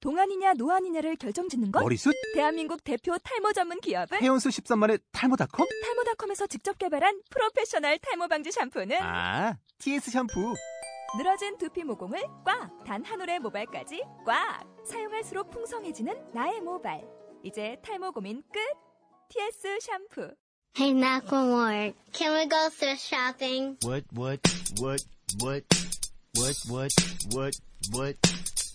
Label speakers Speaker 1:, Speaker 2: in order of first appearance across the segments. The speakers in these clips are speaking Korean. Speaker 1: 동안이냐 노안이냐를 결정짓는 건
Speaker 2: 머리숱?
Speaker 1: 대한민국 대표 탈모 전문 기업은
Speaker 2: 헤어수 13만의 탈모닷컴?
Speaker 1: 탈모닷컴에서 직접 개발한 프로페셔널 탈모 방지 샴푸는
Speaker 2: 아, TS 샴푸.
Speaker 1: 늘어진 두피 모공을 꽉! 단 한 올의 모발까지 꽉! 사용할수록 풍성해지는 나의 모발. 이제 탈모 고민 끝! TS 샴푸.
Speaker 3: Hey, Macklemore, can we go thrift shopping?
Speaker 4: What, what, what, what, what, what, what,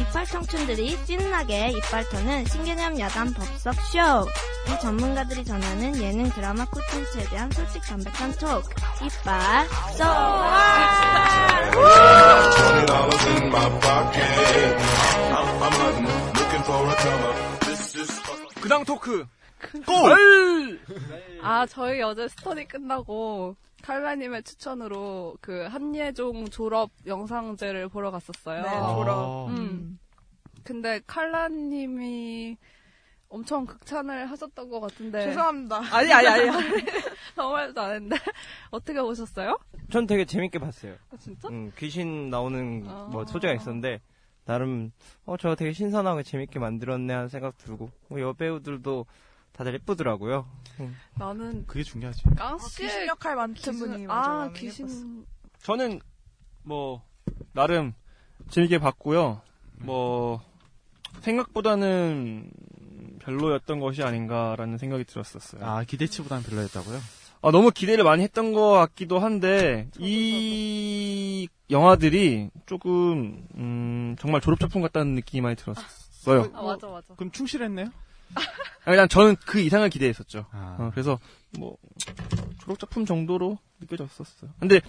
Speaker 5: 이빨 청춘들이 신나게 이빨 터는 신개념 야간 법석 쇼. 이 전문가들이 전하는 예능 드라마 콘텐츠에 대한 솔직 담백한 톡. 이빨 쏘아!
Speaker 6: Twenty dollars in my pocket. I'm, I'm hunting, looking for a come up. This is
Speaker 2: 그당 토크. 골!
Speaker 7: 아, 저희 어제 스터디 끝나고 칼라님의 추천으로 그 한예종 졸업 영상제를 보러 갔었어요.
Speaker 2: 졸업.
Speaker 7: 음. 근데 칼라님이 엄청 극찬을 하셨던 것 같은데.
Speaker 8: 죄송합니다.
Speaker 7: 아니, 아니, 아니. 아니. 아무 말도 안 했는데. 어떻게 보셨어요?
Speaker 9: 전 되게 재밌게 봤어요.
Speaker 7: 아, 진짜?
Speaker 9: 음, 귀신 나오는
Speaker 7: 아.
Speaker 9: 뭐 소재가 있었는데 나름 어 저 되게 신선하고 재밌게 만들었네 하는 생각 들고 뭐 여배우들도 다들 예쁘더라고요.
Speaker 7: 나는
Speaker 2: 그게 중요하지.
Speaker 7: 깡씨.
Speaker 8: 귀신 역할 맡은 분이
Speaker 7: 아,
Speaker 8: 맞아요.
Speaker 7: 귀신.
Speaker 10: 저는 뭐 나름 재밌게 봤고요. 뭐 생각보다는 별로였던 것이 아닌가라는 생각이 들었었어요. 아,
Speaker 2: 아, 기대치보다는 별로였다고요?
Speaker 10: 너무 기대를 많이 했던 것 같기도 한데 이 영화들이 조금 음, 정말 졸업 작품 같다는 느낌이 많이 들었어요.
Speaker 7: 아, 맞아, 맞아.
Speaker 2: 그럼 충실했네요?
Speaker 10: 아니, 난 저는 그 이상을 기대했었죠.
Speaker 2: 아.
Speaker 10: 어, 그래서 뭐 졸업 작품 정도로 느껴졌었어요. 근데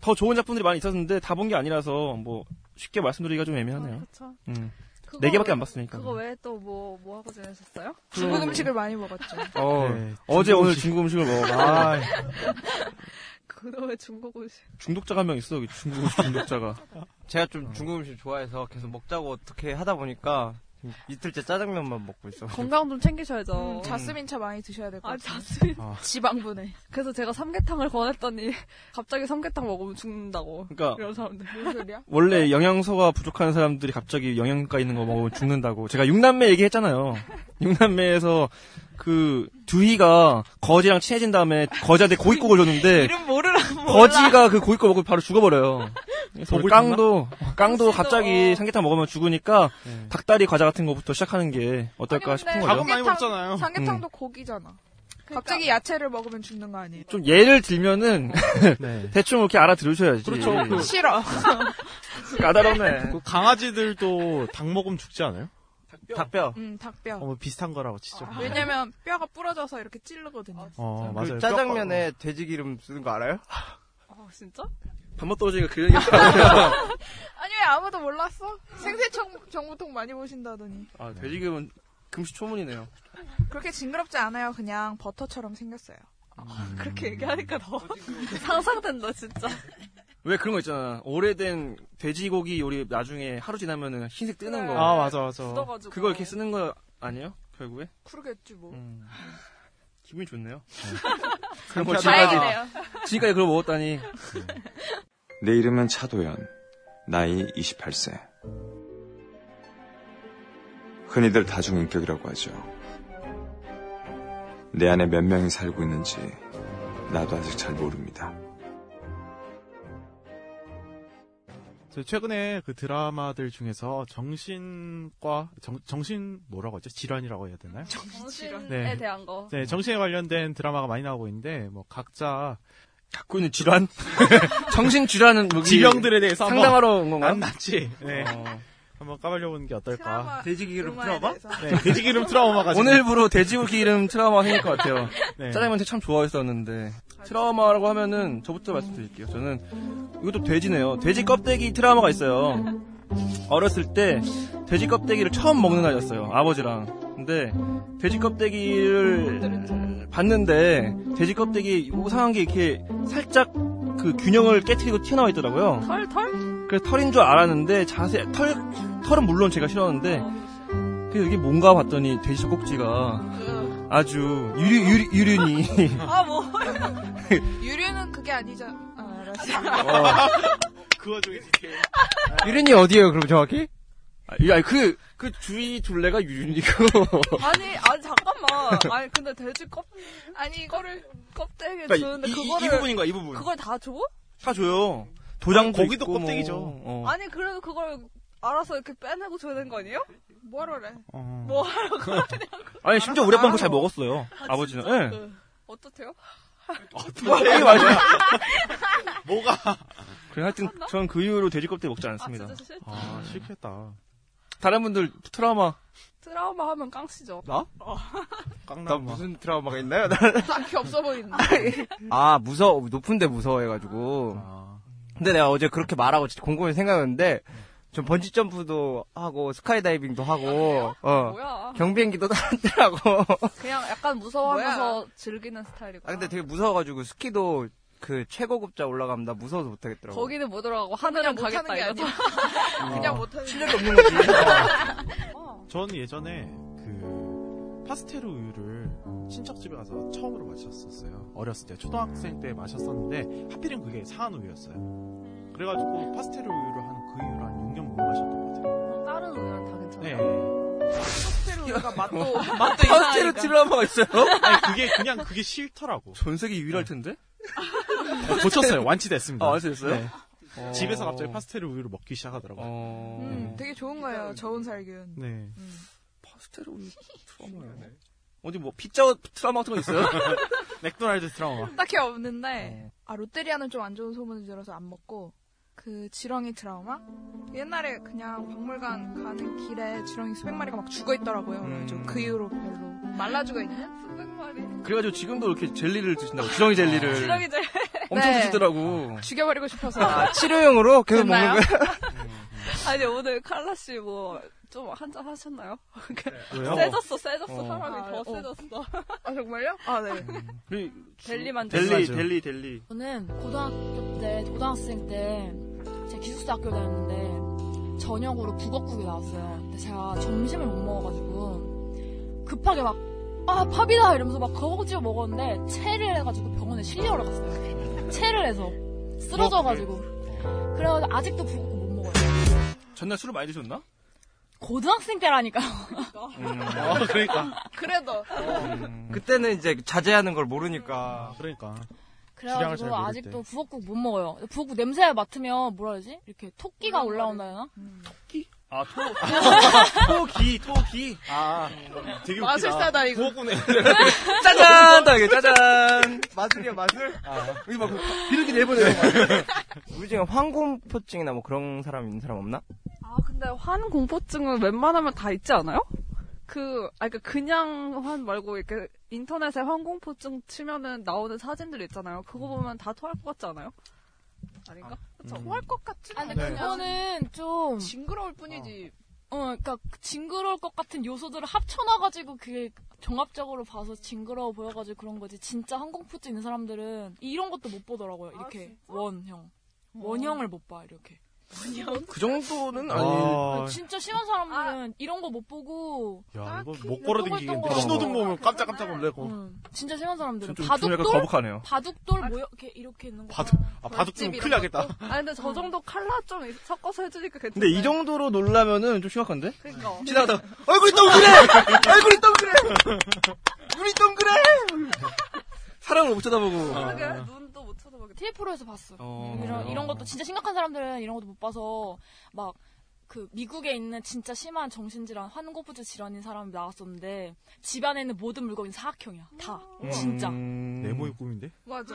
Speaker 10: 더 좋은 작품들이 많이 있었는데 다 본 게 아니라서 뭐 쉽게 말씀드리기가 좀 애매하네요.
Speaker 7: 아,
Speaker 9: 아,
Speaker 7: 그쵸.
Speaker 10: 음.
Speaker 7: 그거
Speaker 10: 네 개밖에
Speaker 7: 외-
Speaker 10: 안 봤으니까.
Speaker 7: 그거 외에 또 뭐, 뭐 하고 지내셨어요?
Speaker 8: 중국 음식을 많이 먹었죠.
Speaker 10: 어,
Speaker 2: 네,
Speaker 10: 어제
Speaker 2: 중국
Speaker 10: 오늘
Speaker 2: 음식.
Speaker 10: 중국 음식을 먹어.
Speaker 2: 아,
Speaker 7: 그놈의 중국 음식.
Speaker 10: 중독자가 한 명 있어 여기 중국 음식 중독자가. 어.
Speaker 9: 제가 좀 중국 음식 좋아해서 계속 먹자고 어떻게 하다 보니까 지금 이틀째 짜장면만 먹고 있어.
Speaker 10: 그러니까
Speaker 7: 건강 좀 챙기셔야죠.
Speaker 8: 음, 자스민차 많이 드셔야 될 것
Speaker 7: 아,
Speaker 8: 같아요.
Speaker 7: 자스민.
Speaker 8: 지방분해.
Speaker 7: 그래서 제가 삼계탕을 권했더니 갑자기 삼계탕 먹으면 죽는다고
Speaker 10: 그러니까
Speaker 7: 이런 사람들.
Speaker 8: 무슨 소리야?
Speaker 10: 원래 영양소가 부족한 사람들이 갑자기 영양가 있는 거 먹으면 죽는다고. 제가 육남매 얘기했잖아요. 육남매에서 그 두희가 거지랑 친해진 다음에 거지한테 고깃국을 줬는데
Speaker 8: 이름 모르라고.
Speaker 10: 거지가 그 고깃국 먹고 바로 죽어버려요. 그래서 우리
Speaker 2: 독을
Speaker 10: 깡도 깡도
Speaker 7: 혹시도,
Speaker 10: 갑자기
Speaker 7: 어.
Speaker 10: 삼계탕 먹으면 죽으니까
Speaker 2: 네.
Speaker 10: 닭다리 과자 같은 거부터 시작하는 게 어떨까
Speaker 7: 아니, 근데
Speaker 10: 싶은 거죠.
Speaker 2: 밥은 많이 먹잖아요.
Speaker 8: 삼계탕도 고기잖아.
Speaker 7: 그러니까.
Speaker 8: 갑자기 야채를 먹으면 죽는 거 아니에요?
Speaker 10: 좀 예를 들면은
Speaker 2: 네.
Speaker 10: 대충 이렇게 알아들으셔야지.
Speaker 2: 그렇죠. 그-
Speaker 8: 싫어.
Speaker 10: 까다롭네.
Speaker 2: 그 강아지들도 닭 먹으면 죽지 않아요?
Speaker 9: 닭뼈.
Speaker 8: 음, 닭뼈. 아,
Speaker 2: 어, 뭐 비슷한 거라고 치죠.
Speaker 8: 왜냐면 뼈가 부러져서 이렇게 찌르거든요.
Speaker 2: 어,
Speaker 9: 그
Speaker 2: 맞아요.
Speaker 9: 짜장면에 돼지 기름 쓰는 거 알아요?
Speaker 7: 아 진짜?
Speaker 10: 밥 먹다 오니까 그 얘기가
Speaker 8: 아니 왜 아무도 몰랐어? 생세 청- 정보통 많이 보신다더니
Speaker 10: 아, 돼지금은 금시초문이네요.
Speaker 8: 그렇게 징그럽지 않아요. 그냥 버터처럼 생겼어요.
Speaker 10: 음.
Speaker 7: 그렇게 얘기하니까 더 상상된다 진짜.
Speaker 10: 왜 그런 거 있잖아. 오래된 돼지고기 요리 나중에 하루 지나면은 흰색 뜨는 거.
Speaker 2: 아, 맞아, 맞아.
Speaker 7: 굳어가지고.
Speaker 10: 그거 이렇게 쓰는 거 아니에요? 결국에?
Speaker 8: 그러겠지 뭐.
Speaker 10: 음. 기분이 좋네요.
Speaker 2: 그런
Speaker 10: 걸 지금까지,
Speaker 8: 다행이네요.
Speaker 10: 지금까지 그걸 먹었다니.
Speaker 6: 내 이름은 차도연. 나이 28세. 흔히들 다중인격이라고 하죠. 내 안에 몇 명이 살고 있는지 나도 아직 잘 모릅니다.
Speaker 2: 저 최근에 그 드라마들 중에서 정신과 정, 정신 뭐라고 하죠? 질환이라고 해야 되나요?
Speaker 7: 정신에
Speaker 2: 네.
Speaker 7: 대한 거.
Speaker 2: 네, 정신에 관련된 드라마가 많이 나오고 있는데 뭐 각자
Speaker 10: 갖고 있는 질환? 정신 질환은 뭐
Speaker 2: 질병들에 대해서 한번
Speaker 10: 상담하러 온 건가요?
Speaker 2: 안 낫지. 네.
Speaker 10: 어.
Speaker 2: 한번 까발려보는 게 어떨까?
Speaker 8: 트라우마
Speaker 10: 돼지기름
Speaker 8: 음화에
Speaker 10: 트라우마?
Speaker 8: 대해서.
Speaker 2: 네, 돼지기름 트라우마가 지금-
Speaker 10: 오늘부로 돼지고기 이름 트라우마 생길 것 같아요.
Speaker 2: 네.
Speaker 10: 짜장면 참 좋아했었는데 트라우마라고 하면은 저부터 말씀드릴게요. 저는 이것도 돼지네요. 돼지 껍데기 트라우마가 있어요. 어렸을 때 돼지 껍데기를 처음 먹는 날이었어요. 아버지랑. 근데 돼지 껍데기를 봤는데 돼지 껍데기 이상한 게 이렇게 살짝 그 균형을 깨트리고 튀어나와 있더라고요.
Speaker 7: 털 털?
Speaker 10: 그래서 털인 줄 알았는데 자세 털 털은 물론 제가 싫어하는데 그 이게 뭔가 봤더니 돼지 젖꼭지가 아주 유류 유류 유류니
Speaker 5: 아, 뭐. 유류는 그게 아니잖아. 아, 알았어.
Speaker 2: 그 와중에
Speaker 11: 유린이 어디예요? 그럼 정확히?
Speaker 10: 아, 야그그 주위 둘레가 유류니고
Speaker 5: 아니, 아니, 잠깐만. 아니, 근데 돼지 껍, 아니, 이거를 껍데기
Speaker 10: 그러니까 이-
Speaker 5: 주는데
Speaker 10: 이-
Speaker 5: 그거를.
Speaker 10: 이 부분인 거야, 이 부분.
Speaker 5: 그걸 다 줘?
Speaker 10: 다 줘요 도장 뭐. 어.
Speaker 2: 거기도 껍데기죠.
Speaker 5: 아니, 그래도 그걸 알아서 이렇게 빼내고 줘야 되는 거 아니에요? 뭐하러 그래?
Speaker 2: 어.
Speaker 5: 뭐하러 그래?
Speaker 10: 아니 심지어 우리 아빠 그거 잘 먹었어요
Speaker 5: 아,
Speaker 10: 아, 버지는
Speaker 5: 진짜? 그
Speaker 10: 예.
Speaker 5: 응. 어떻대요?
Speaker 10: 껍데기 맞아요
Speaker 2: 뭐가?
Speaker 10: 그래 하여튼 전 그 이후로 돼지 껍데기 먹지
Speaker 5: 아,
Speaker 10: 않습니다 어.
Speaker 5: 진짜 싫
Speaker 2: 아, 싫겠다.
Speaker 10: 다른 분들 트라우마
Speaker 5: 트라우마 하면 깡씨죠.
Speaker 10: 아.
Speaker 11: 나? 나
Speaker 2: 깡나무.
Speaker 11: 무슨 드라마가 있나요? 나-
Speaker 5: 딱히 없어 보이는데.
Speaker 11: 아 무서워 높은데 무서워해가지고
Speaker 2: 아,
Speaker 11: 근데 내가 어제 그렇게 말하고 진짜 곰곰이 생각했는데 전 번지 점프도 하고 스카이다이빙도 하고 어
Speaker 5: 뭐야.
Speaker 11: 경비행기도 타더라고
Speaker 5: 그냥 약간 무서워하면서 즐기는 스타일이고.
Speaker 11: 아 근데 되게 무서워가지고 스키도 그 최고급자 올라가면 나 무서워서 못하겠더라고
Speaker 12: 거기는 못 들어가고 하늘은 가겠다
Speaker 5: 게
Speaker 12: 이거죠.
Speaker 5: 아니야. 그냥 못하는 실력이 없는
Speaker 2: 저는 예전에 그 파스텔 우유를 친척 집에 가서 처음으로 마셨었어요. 어렸을 때 초등학생 때 마셨었는데 하필이면 그게 사한 우유였어요. 그래가지고 파스텔 우유를 한 그 이후로 한 6년 못 마셨던 것 같아요.
Speaker 12: 다른 우유는 다 괜찮아요.
Speaker 2: 네.
Speaker 5: 스타일로가 맛도
Speaker 11: 맞다 파스텔 드라마가 있어요?
Speaker 2: 아니 그게 그냥 그게 싫더라고.
Speaker 10: 전 세계 유일할 텐데
Speaker 2: 고쳤어요. 완치됐습니다.
Speaker 10: 아 완성됐어요 어.
Speaker 2: 집에서 갑자기 파스텔 우유를 먹기 시작하더라고요.
Speaker 10: 어...
Speaker 5: 음, 되게 좋은 거예요. 저온 살균.
Speaker 2: 네.
Speaker 10: 파스텔 우유 트라우마네. 어디 뭐 피자 트라우마 같은 거 있어요?
Speaker 2: 맥도날드 트라우마.
Speaker 5: 딱히
Speaker 11: 네.
Speaker 5: 없는데 아 롯데리아는 좀 안 좋은 소문을 들어서 안 먹고 그 지렁이 트라우마 옛날에 그냥 박물관 가는 길에 지렁이 수백 마리가 막 죽어 있더라고요.
Speaker 11: 음.
Speaker 5: 그래가지고 그 이후로 별로 말라 죽어 있는 수백 마리
Speaker 10: 그래가지고 지금도 이렇게 젤리를 드신다고 지렁이 젤리를
Speaker 5: 지렁이 이제
Speaker 10: 엄청
Speaker 5: 네.
Speaker 10: 드시더라고.
Speaker 5: 죽여버리고 싶어서
Speaker 11: 아, 치료용으로 계속
Speaker 5: 됐나요?
Speaker 11: 먹는 거야?
Speaker 12: 아니 오늘 칼라 씨 뭐 좀 한잔 하셨나요? 그러니까
Speaker 2: 왜요?
Speaker 12: 세졌어, 세졌어.
Speaker 10: 어.
Speaker 12: 사람이
Speaker 5: 아,
Speaker 12: 더
Speaker 5: 어.
Speaker 12: 세졌어.
Speaker 5: 아 정말요? 아 네.
Speaker 10: 그 주-
Speaker 12: 델리만
Speaker 10: 델리
Speaker 2: 드시죠.
Speaker 10: 델리 델리.
Speaker 7: 저는 고등학교 때, 고등학생 때, 제가 기숙사 학교 다녔는데, 저녁으로 북어국이 나왔어요. 근데 제가 점심을 못 먹어가지고, 급하게 막, 아, 팝이다! 이러면서 막 그거 찍어 먹었는데, 체를 해가지고 병원에 실려오러 갔어요. 체를 해서. 쓰러져가지고.
Speaker 2: 뭐?
Speaker 7: 그래가지고 아직도 북어국 못 먹어요.
Speaker 10: 전날 술을 많이 드셨나?
Speaker 7: 고등학생 때라니까.
Speaker 2: 아, 그러니까.
Speaker 5: 그래도
Speaker 11: 음. 그때는 이제 자제하는 걸 모르니까
Speaker 2: 그러니까. 주량을 잘
Speaker 7: 그래가지고
Speaker 2: 모를
Speaker 7: 아직도
Speaker 2: 때.
Speaker 7: 북어국 못 먹어요. 북어국 냄새 맡으면 뭐라 그러지? 이렇게 토끼가 올라온다 해나?
Speaker 10: 아, 토기 토기.
Speaker 2: 아, 되게 웃기다.
Speaker 5: 마술사다, 이거.
Speaker 2: 구호군에.
Speaker 11: 짜잔! 딱 이게 짜잔! 마술이야, 마술?
Speaker 10: 아,
Speaker 11: 여기 막 비둘기 내보내요. 우리 중에 황공포증이나 뭐 그런 사람 있는 사람 없나?
Speaker 12: 아 근데 환 공포증은 웬만하면 다 있지 않아요? 그, 아, 그니까 그냥 환 말고, 이렇게 인터넷에 환 공포증 치면은 나오는 사진들 있잖아요. 그거 보면 다 토할 것 같지 않아요? 아닌가?
Speaker 2: 음.
Speaker 5: 토할 것 같지?
Speaker 7: 아, 근데
Speaker 2: 네.
Speaker 7: 그거는 좀,
Speaker 5: 징그러울 뿐이지.
Speaker 7: 어, 그러니까 징그러울 것 같은 요소들을 합쳐놔가지고 그게 종합적으로 봐서 징그러워 보여가지고 그런 거지. 진짜 항공포증 있는 사람들은 이런 것도 못 보더라고요.
Speaker 5: 아,
Speaker 7: 이렇게 원형, 원형을 못 봐 이렇게.
Speaker 10: 그 정도는 아니.
Speaker 2: 아,
Speaker 7: 진짜 심한 사람들은 이런 거 못 보고,
Speaker 2: 야, 이거
Speaker 5: 아. 딱히
Speaker 2: 못 걸어
Speaker 7: 먹을
Speaker 2: 댕기겠네.
Speaker 7: 거
Speaker 2: 신호등 보면 깜짝깜짝 놀래고.
Speaker 7: 음, 진짜 심한 사람들은
Speaker 10: 좀, 좀 약간
Speaker 7: 바둑돌,
Speaker 10: 거북하네요.
Speaker 7: 바둑돌 모여 이렇게 이렇게 있는 거.
Speaker 2: 바둑, 아, 바둑 좀
Speaker 5: 벌집
Speaker 2: 큰일
Speaker 5: 이런
Speaker 2: 나겠다.
Speaker 12: 아 근데 저 정도 칼라 좀 섞어서 해주니까 괜찮아요.
Speaker 10: 근데 이 정도로 놀라면은 좀 심각한데?
Speaker 12: 그러니까.
Speaker 10: 지나가다 얼굴이 동그래! 얼굴이 동그래! 눈이 동그래! 사람을 못 쳐다보고.
Speaker 12: 그게 눈도 못 쳐다보게.
Speaker 7: TF로에서 봤어.
Speaker 10: 어,
Speaker 7: 이런,
Speaker 10: 그래요?
Speaker 7: 이런 것도 진짜 심각한 사람들은 이런 것도 못 봐서 막 그 미국에 있는 진짜 심한 정신질환, 환공포증 질환인 사람이 나왔었는데 집안에 있는 모든 물건이 사각형이야. 다. 진짜.
Speaker 10: 음.
Speaker 2: 네모의 꿈인데?
Speaker 5: 맞아.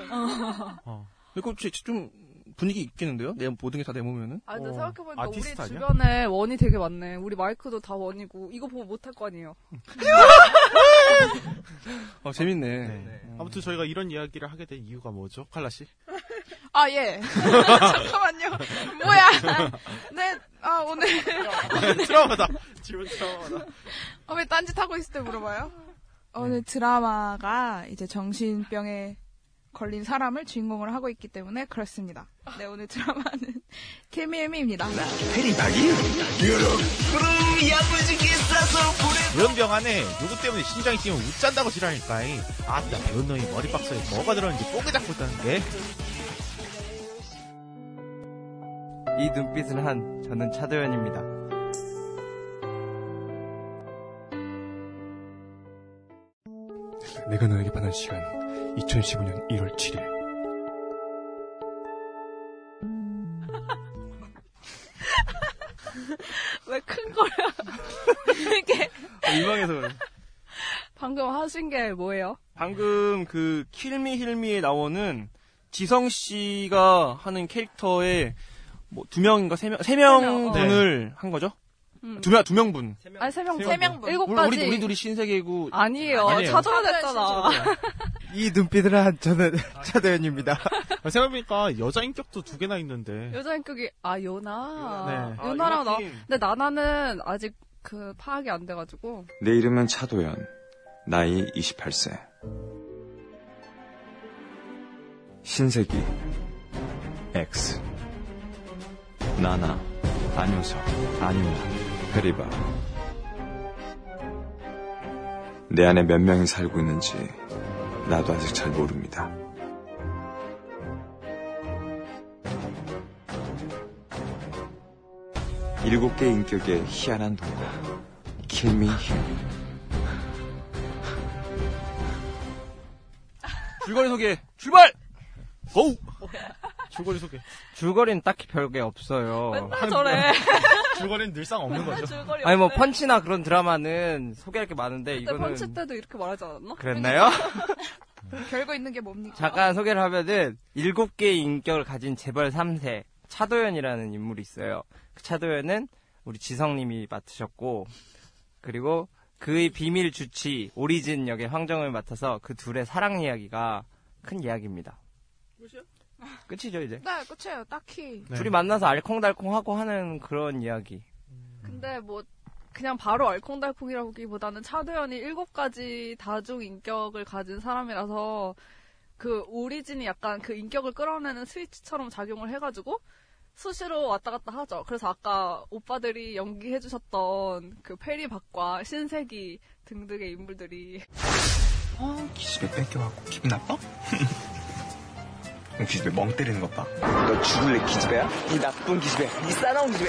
Speaker 10: 이거 진짜 좀 분위기 있겠는데요? 내 모든 게 다 내모면은?
Speaker 12: 아 근데
Speaker 2: 어.
Speaker 12: 생각해보니까 우리
Speaker 2: 아티스트 아니야?
Speaker 12: 주변에 원이 되게 많네. 우리 마이크도 다 원이고 이거 보고 못 할 거 아니에요.
Speaker 10: 어, 재밌네.
Speaker 2: 네. 아무튼 저희가 이런 이야기를 하게 된 이유가 뭐죠? 칼라씨?
Speaker 5: 아, 예. 잠깐만요. 뭐야. 네, 아, 오늘.
Speaker 2: 트라우마다. 지금 트라우마다.
Speaker 5: 아, 왜 딴짓 하고 있을 때 물어봐요? 오늘 드라마가 이제 정신병에 걸린 사람을 주인공으로 하고 있기 때문에 그렇습니다. 네, 오늘 드라마는 케미에미입니다.
Speaker 4: 페리박이?
Speaker 5: 그럼 야무지게 싸서
Speaker 4: 무연병 안에 요거 때문에 신장이 뛰면 웃잔다고 지랄니까이 아따 배운 놈이 머리 박스에 뭐가 들었는지 뽀개 잡고 있다는 게
Speaker 10: 이 눈빛을 한 저는 차도현입니다.
Speaker 13: 내가 너에게 반한 시간 2015년 1월 7일
Speaker 2: 왜 큰 거야? 이게
Speaker 14: 유망해서 그래.
Speaker 2: 방금 하신 게 뭐예요?
Speaker 14: 방금 그 킬미 힐미에 나오는 지성 씨가 하는 캐릭터의 뭐 두 명인가 세 명, 세
Speaker 2: 명, 어.
Speaker 14: 명분을
Speaker 10: 네.
Speaker 14: 한 거죠?
Speaker 2: 음.
Speaker 14: 두 명, 두 명분.
Speaker 2: 아니 세 명,
Speaker 14: 세 명분.
Speaker 2: 일곱
Speaker 14: 우리-
Speaker 2: 가지.
Speaker 14: 우리- 우리 둘이 신세계고.
Speaker 2: 아니에요.
Speaker 14: 아니에요.
Speaker 2: 찾아야 됐잖아.
Speaker 10: 이 눈빛을 한 저는
Speaker 14: 아,
Speaker 10: 차도현입니다.
Speaker 4: 생각해보니까 여자 인격도 두 개나 있는데
Speaker 2: 여자 인격이 아 요나.
Speaker 4: 요나. 네.
Speaker 2: 요나랑
Speaker 4: 아,
Speaker 2: 나.
Speaker 4: 요나팀.
Speaker 2: 근데 나나는 아직 그 파악이 안 돼가지고.
Speaker 6: 내 이름은 차도연. 나이 28세. 신세기. X. 나나. 안효석. 안윤아. 페리바. 내 안에 몇 명이 살고 있는지 나도 아직 잘 모릅니다. 일곱 개 인격의 희한한 동거. 킬미 힐미.
Speaker 14: 줄거리 소개. 출발!
Speaker 4: 고! 줄거리 소개.
Speaker 10: 줄거리는 딱히 별게 없어요.
Speaker 4: 줄거리는 늘상 없는 거죠.
Speaker 10: 아니 뭐 펀치나 그런 드라마는 소개할 게 많은데
Speaker 2: 네. 그때
Speaker 10: 이거는
Speaker 2: 펀치 때도 이렇게 말하지 않았나?
Speaker 10: 그랬나요?
Speaker 5: 결국 음, 있는 게 뭡니까?
Speaker 10: 잠깐 소개를 하면은 일곱 개의 인격을 가진 재벌 3세 차도현이라는 인물이 있어요. 그 차도현은 우리 지성님이 맡으셨고 그리고 그의 비밀 주치 오리진 역의 황정을 맡아서 그 둘의 사랑 이야기가 큰 이야기입니다. 끝이죠 이제.
Speaker 5: 네, 끝이에요. 딱히.
Speaker 10: 둘이 만나서 알콩달콩하고 하는 그런 이야기.
Speaker 2: 근데 뭐 그냥 바로 알콩달콩이라기보다는 차도현이 일곱 가지 다중 인격을 가진 사람이라서 그 오리진이 약간 그 인격을 끌어내는 스위치처럼 작용을 해가지고 수시로 왔다 갔다 하죠. 그래서 아까 오빠들이 연기해주셨던 그 페리박과 신세기 등등의 인물들이
Speaker 15: 기집애 뺏겨갖고 기분 나빠? 너 기집애 멍 때리는 것 봐. 너 죽을래 기집애야? 이 나쁜 기집애, 이 싸나운 기집애.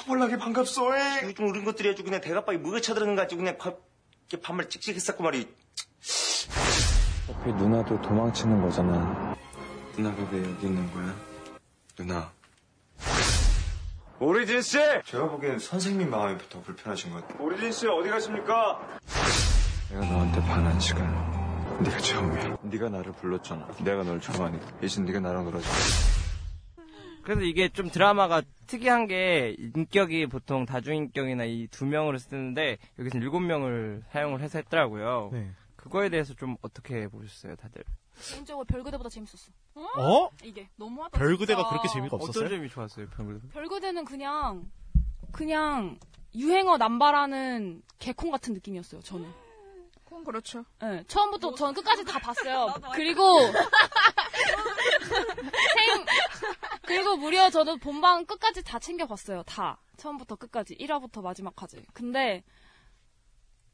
Speaker 16: 허벌나게 반갑소. 요즘 어른 것들이 아주 그냥 대가빠이 뭐가 쳐들어는 거 아주 그냥 밥, 이렇게 밥을 찍찍 했었고 말이.
Speaker 6: 어차피 그 누나도 도망치는 거잖아. 누나가 왜 여기 있는 거야? 누나.
Speaker 16: 오리진 씨! 제가 보기엔 선생님 마음이 더 불편하신 것 같아요. 오리진 씨 어디 가십니까?
Speaker 6: 내가 너한테 반한 시간. 네가 처음이야. 네가 나를 불렀잖아. 내가 널 좋아하니까. 이젠 네가 나랑 놀아줘.
Speaker 10: 그래서 이게 좀 드라마가 특이한 게 인격이 보통 다중인격이나 이 두 명으로 쓰는데 여기서는 일곱 명을 사용을 해서 했더라고요.
Speaker 5: 네.
Speaker 10: 그거에 대해서 좀 어떻게 보셨어요, 다들?
Speaker 7: 개인적으로 별그대보다 재밌었어.
Speaker 10: 어?
Speaker 7: 이게 너무하다. 진짜.
Speaker 10: 어떤 점이 좋았어요, 별그대?
Speaker 7: 별그대는 그냥 그냥 유행어 남발하는 개콘 같은 느낌이었어요. 저는.
Speaker 5: 그건 그렇죠.
Speaker 7: 네, 처음부터 저는 끝까지 다 봤어요. 그리고 생- 그리고 무려 저는 본방 끝까지 다 챙겨봤어요. 다 처음부터 끝까지 1화부터 마지막까지. 근데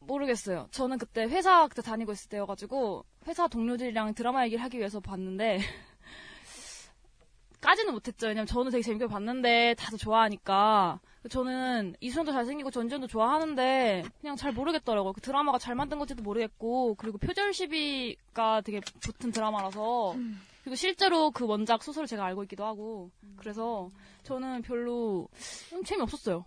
Speaker 7: 모르겠어요. 저는 그때 회사 그때 다니고 있을 때여가지고 회사 동료들이랑 드라마 얘기를 하기 위해서 봤는데 까지는 못했죠. 왜냐면 저는 되게 재밌게 봤는데 다들 좋아하니까 저는 이수연도 잘생기고 전지현도 좋아하는데 그냥 잘 모르겠더라고요. 그 드라마가 잘 만든 건지도 모르겠고 그리고 표절 시비가 되게 붙은 드라마라서
Speaker 2: 음.
Speaker 7: 그리고 실제로 그 원작 소설을 제가 알고 있기도 하고 그래서 저는 별로 좀 재미없었어요.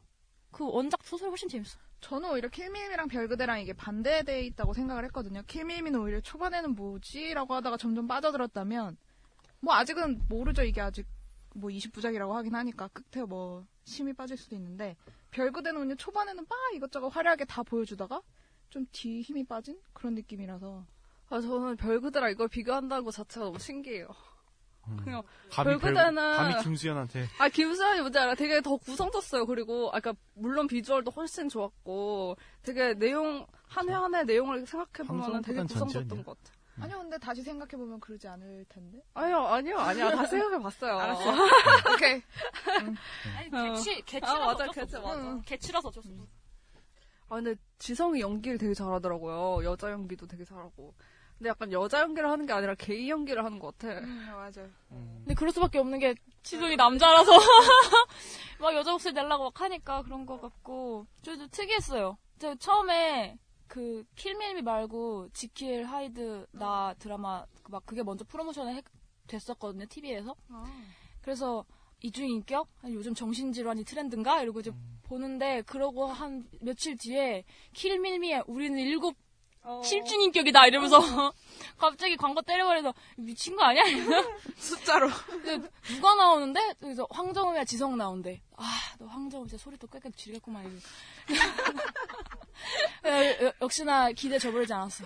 Speaker 7: 그 원작 소설이 훨씬 재밌어.
Speaker 5: 저는 오히려 킬미임이랑 별그대랑 이게 반대돼 있다고 생각을 했거든요. 킬미임이는 오히려 초반에는 뭐지라고 하다가 점점 빠져들었다면 뭐 아직은 모르죠. 이게 아직 뭐 20부작이라고 하긴 하니까 끝에 뭐 심이 빠질 수도 있는데 별그대는 오히려 초반에는 막 이것저것 화려하게 다 보여주다가 좀 뒤 힘이 빠진 그런 느낌이라서
Speaker 2: 아 저는 별그대랑 이걸 비교한다는 것 자체가 너무 신기해요. 그냥
Speaker 4: 감히 별-
Speaker 2: 별그대는
Speaker 4: 감히 김수현한테.
Speaker 2: 아, 김수현이 뭔지 알아? 되게 더 구성졌어요. 그리고, 아까, 물론 비주얼도 훨씬 좋았고, 되게 내용, 한 회 한 회 내용을 생각해보면 되게
Speaker 4: 황성보단
Speaker 2: 구성졌던
Speaker 4: 전지현이야.
Speaker 2: 것 같아.
Speaker 5: 아니요, 근데 다시 생각해보면 그러지 않을 텐데.
Speaker 2: 아니요, 아니요, 아니요. 다 생각해봤어요.
Speaker 5: 알았어. 오케이.
Speaker 2: 어.
Speaker 7: 개취,
Speaker 2: 아,
Speaker 7: 개취라서
Speaker 2: 맞아,
Speaker 7: 어쩔 수
Speaker 2: 개취,
Speaker 7: 없어. 맞아. 개취라서 어쩔 수 없어.
Speaker 2: 아 근데 지성이 연기를 되게 잘하더라고요. 여자 연기도 되게 잘하고. 근데 약간 여자 연기를 하는 게 아니라 게이 연기를 하는 것 같아.
Speaker 5: 음, 네, 맞아요.
Speaker 7: 근데 그럴 수밖에 없는 게 지성이 남자라서 막 여자 목소리 내려고 막 하니까 그런 것 같고 저도 특이했어요. 저 처음에 그 킬밀미 말고 지킬 하이드 나 드라마 막 그게 먼저 프로모션을 했- 됐었거든요 TV에서.
Speaker 5: 아.
Speaker 7: 그래서 이중인격? 아니, 요즘 정신질환이 트렌드인가? 이러고 이제 보는데 그러고 한 며칠 뒤에 킬밀미에 우리는 일곱
Speaker 5: 어.
Speaker 7: 실중인격이다 이러면서 갑자기 광고 때려버려서 미친 거 아니야? 그
Speaker 5: 숫자로
Speaker 7: 누가 나오는데 그래서 황정음이야 지성 나온대 아 너 황정음 진짜 소리도 꽤꽤 지르겠구만 이러고. 예, 예, 역시나 기대 저버리지 않았어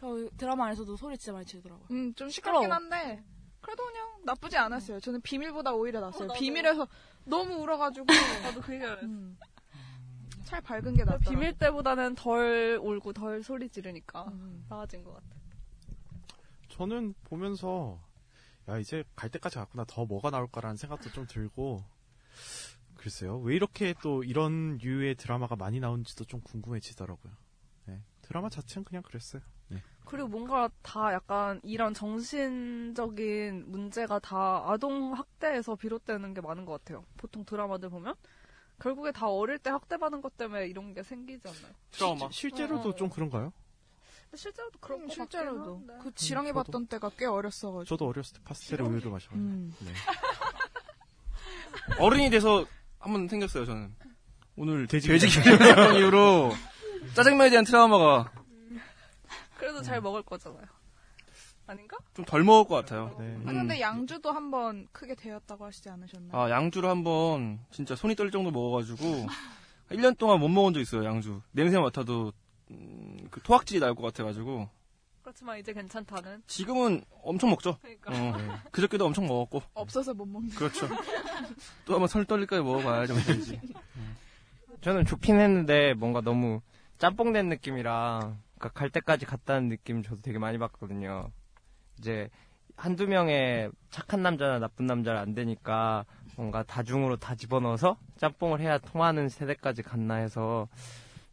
Speaker 7: 저 드라마 안에서도 소리 진짜 많이 지르더라고요
Speaker 5: 음, 좀
Speaker 7: 시끄러워.
Speaker 5: 시끄럽긴 한데. 그래도 그냥 나쁘지 않았어요. 저는 비밀보다 오히려 낫어요.
Speaker 7: 나도.
Speaker 5: 비밀에서 너무 울어가지고. 나도
Speaker 2: 그 얘기를
Speaker 5: 잘 밝은 게 낫다.
Speaker 7: 어.
Speaker 2: 비밀 때보다는 덜 울고 덜 소리 지르니까 나아진 것 같아.
Speaker 4: 저는 보면서 야 이제 갈 때까지 갔구나 더 뭐가 나올까라는 생각도 좀 들고 글쎄요 왜 이렇게 또 이런 류의 드라마가 많이 나온지도 좀 궁금해지더라고요. 네. 드라마 자체는 그냥 그랬어요. 네.
Speaker 2: 그리고 뭔가 다 약간 이런 정신적인 문제가 다 아동 학대에서 비롯되는 게 많은 것 같아요. 보통 드라마들 보면 결국에 다 어릴 때 학대받은 것 때문에 이런 게 생기지 않나요?
Speaker 4: 실, 제로도좀 그런가요?
Speaker 2: 실제로도 그런 것
Speaker 5: 음, 실제로도.
Speaker 2: 같긴 한데.
Speaker 5: 그 지렁이
Speaker 4: 음, 저도.
Speaker 5: 봤던 때가 꽤 어렸어가지고.
Speaker 4: 저도 어렸을 때 파스텔 우유를 마셔가지고
Speaker 5: 음.
Speaker 4: 네.
Speaker 14: 어른이 돼서 한번 생겼어요 저는. 오늘
Speaker 4: 돼지
Speaker 14: 돼지
Speaker 4: 기름.
Speaker 14: 기름 이후로 짜장면에 대한 트라우마가
Speaker 2: 그래도
Speaker 4: 음.
Speaker 2: 잘 먹을 거잖아요. 아닌가?
Speaker 14: 좀 덜 먹을 것 같아요. 음.
Speaker 4: 음.
Speaker 5: 아, 근데 양주도 한번 크게 되었다고 하시지 않으셨나요?
Speaker 14: 아, 양주를 한번 진짜 손이 떨릴 정도 먹어가지고 1년 동안 못 먹은 적 있어요, 양주. 냄새 맡아도 음, 그 토악질이 날 것 같아가지고
Speaker 2: 그렇지만 이제 괜찮다는.
Speaker 14: 지금은 엄청 먹죠.
Speaker 2: 그러니까.
Speaker 14: 어, 그저께도 엄청 먹었고
Speaker 5: 없어서 못 먹는.
Speaker 14: 그렇죠. 또 한번 손이 떨릴까요 먹어봐야지 언제인지.
Speaker 10: 음. 저는 좋긴 했는데 뭔가 너무 짬뽕 된 느낌이라 그러니까 갈 때까지 갔다는 느낌 저도 되게 많이 받거든요. 이제 한두 명의 착한 남자나 나쁜 남자를 안 되니까 뭔가 다중으로 다 집어넣어서 짬뽕을 해야 통하는 세대까지 갔나 해서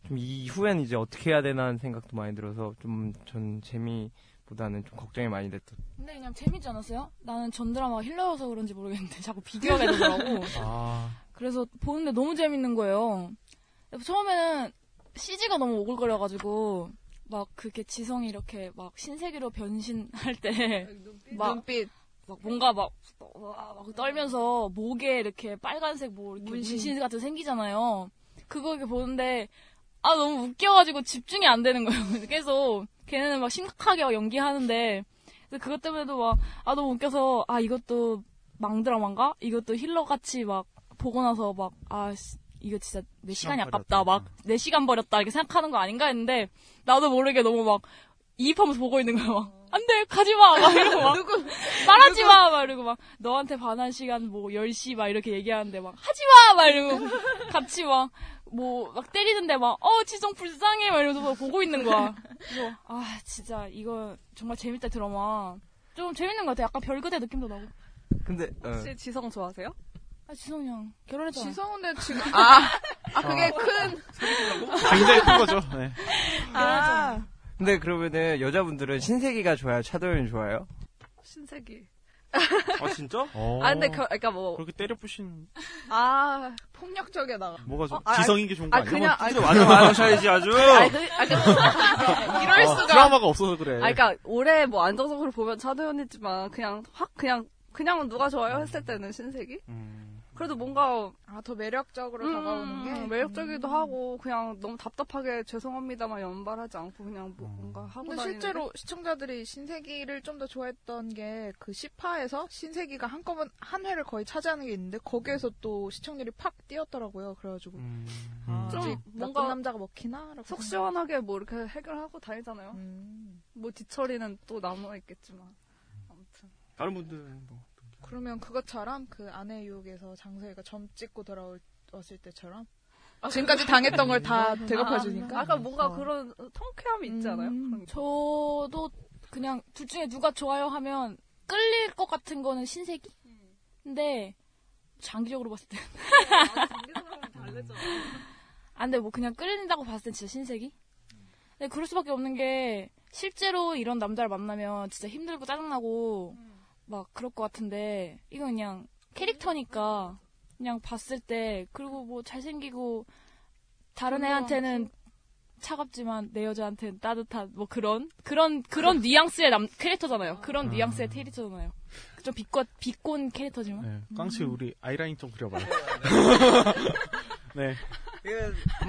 Speaker 10: 좀 이후엔 이제 어떻게 해야 되나 하는 생각도 많이 들어서 좀 전 재미보다는 좀 걱정이 많이 됐던
Speaker 7: 근데 그냥 재밌지 않았어요? 나는 전 드라마가 힐러여서 그런지 모르겠는데 자꾸 비교하게 되더라고
Speaker 4: 아,
Speaker 7: 그래서 보는데 너무 재밌는 거예요. 처음에는 CG가 너무 오글거려가지고 막 그게 지성이 이렇게 막 신세계로 변신할 때 막,
Speaker 5: 눈빛
Speaker 7: 막 뭔가 막, 와, 막 떨면서 목에 이렇게 빨간색 뭐 이렇게
Speaker 5: 문신.
Speaker 7: 문신, 같은 거 생기잖아요. 그거 이렇게 보는데 아 너무 웃겨가지고 집중이 안 되는 거예요. 계속 걔네는 막 심각하게 막 연기하는데 그래서 그것 때문에도 막 아 너무 웃겨서 아 이것도 망드라마인가? 이것도 힐러같이 막 보고 나서 막 아 이거 진짜 내 시간이
Speaker 2: 시간
Speaker 7: 아깝다 막 내 시간 버렸다 이렇게 생각하는 거 아닌가 했는데 나도 모르게 너무 막 이입하면서 보고 있는 거야 막 안돼 가지마 막 이러고 막 말하지마 막 이러고 막 너한테 반한 시간 뭐 10시 막 이렇게 얘기하는데 막 하지마 막 이러고 같이 막 뭐 막 때리는데 막 어 지성 불쌍해 막 이러면서 막 보고 있는 거야 그래서 아 진짜 이거 정말 재밌다 드라마 좀 재밌는 것 같아 약간 별그대 느낌도 나고
Speaker 10: 근데
Speaker 2: 혹시 지성 좋아하세요?
Speaker 7: 아 지성 형 결혼했잖아
Speaker 5: 지성 근데 지금 어. 아, 아 그게
Speaker 7: 아.
Speaker 4: 어.
Speaker 5: 큰
Speaker 10: 굉장히 큰 거죠.
Speaker 4: 네.
Speaker 5: 아,
Speaker 10: 근데 그러면은 여자분들은 신세기가 좋아요, 차도현이 좋아요?
Speaker 2: 신세기.
Speaker 14: 아 진짜?
Speaker 2: 아 근데 그, 그러니까 뭐
Speaker 4: 어. 그렇게 때려 부신
Speaker 2: 아
Speaker 5: 폭력적에 나가.
Speaker 4: 뭐가 좀
Speaker 2: 어, 아,
Speaker 4: 지성인 게 좋은 거
Speaker 2: 아,
Speaker 4: 아니야?
Speaker 2: 그냥-
Speaker 4: 그건
Speaker 2: 아니,
Speaker 4: 진짜
Speaker 2: 그냥-
Speaker 4: 맞아, 맞아셔야지 아주.
Speaker 2: 아니, 그- 아니, 그- 이럴
Speaker 4: 어,
Speaker 2: 수가.
Speaker 4: 드라마가 없어서 그래.
Speaker 2: 아, 그러니까 올해 뭐 안정적으로 보면 차도현이지만 그냥 확 그냥 그냥 누가 좋아요 했을 때는 신세기.
Speaker 4: 음.
Speaker 2: 그래도 뭔가
Speaker 5: 아 더 음, 매력적으로 다가오는 게
Speaker 2: 음, 매력적이기도 하고 그냥 너무 답답하게 죄송합니다만 연발하지 않고 그냥
Speaker 5: 음.
Speaker 2: 뭐- 뭔가 하고
Speaker 5: 근데
Speaker 2: 다니는
Speaker 5: 실제로
Speaker 2: 게-
Speaker 5: 시청자들이 신세기를 좀 더 좋아했던 게 그 10화에서 신세기가 한꺼번 한 회를 거의 차지하는 게 있는데 거기에서 또 시청률이 팍 뛰었더라고요. 그래가지고
Speaker 10: 음.
Speaker 4: 음.
Speaker 5: 아,
Speaker 2: 좀
Speaker 5: 이제
Speaker 2: 뭔가
Speaker 5: 나쁜 남자가 먹히나라고 음.
Speaker 2: 속 시원하게 뭐 이렇게 해결하고 다니잖아요. 뭐 뒤처리는 또 남아 있겠지만 아무튼
Speaker 14: 다른 분들은 뭐
Speaker 5: 그러면 그것처럼 그 아내 유혹에서 장서희가 점 찍고 돌아왔을 때처럼
Speaker 2: 아,
Speaker 5: 지금까지 당했던 걸 다 대갚아주니까
Speaker 2: 아, 아까 뭔가
Speaker 5: 어.
Speaker 2: 그런 통쾌함이 있지 않아요?
Speaker 5: 음.
Speaker 2: 그런 게.
Speaker 7: 저도 그냥 둘 중에 누가 좋아요 하면 끌릴 것 같은 거는 신세기?
Speaker 5: 음.
Speaker 7: 근데 장기적으로 봤을 때.
Speaker 5: 아,
Speaker 2: 아,
Speaker 7: 안 돼, 뭐 그냥 끌린다고 봤을 땐 진짜 신세기? 근데 네, 그럴 수밖에 없는 게 실제로 이런 남자를 만나면 진짜 힘들고 짜증나고 막 그럴 것 같은데 이건 그냥 캐릭터니까 그냥 봤을 때 그리고 뭐 잘생기고 다른 애한테는 차갑지만 내 여자한테는 따뜻한 뭐 그런 그런 그런 뉘앙스의 남 캐릭터잖아요. 그런 뉘앙스의 캐릭터잖아요. 좀 비꼬 비꼰 캐릭터지만.
Speaker 2: 네. 깡씨 우리 아이라인 좀 그려봐요. 네.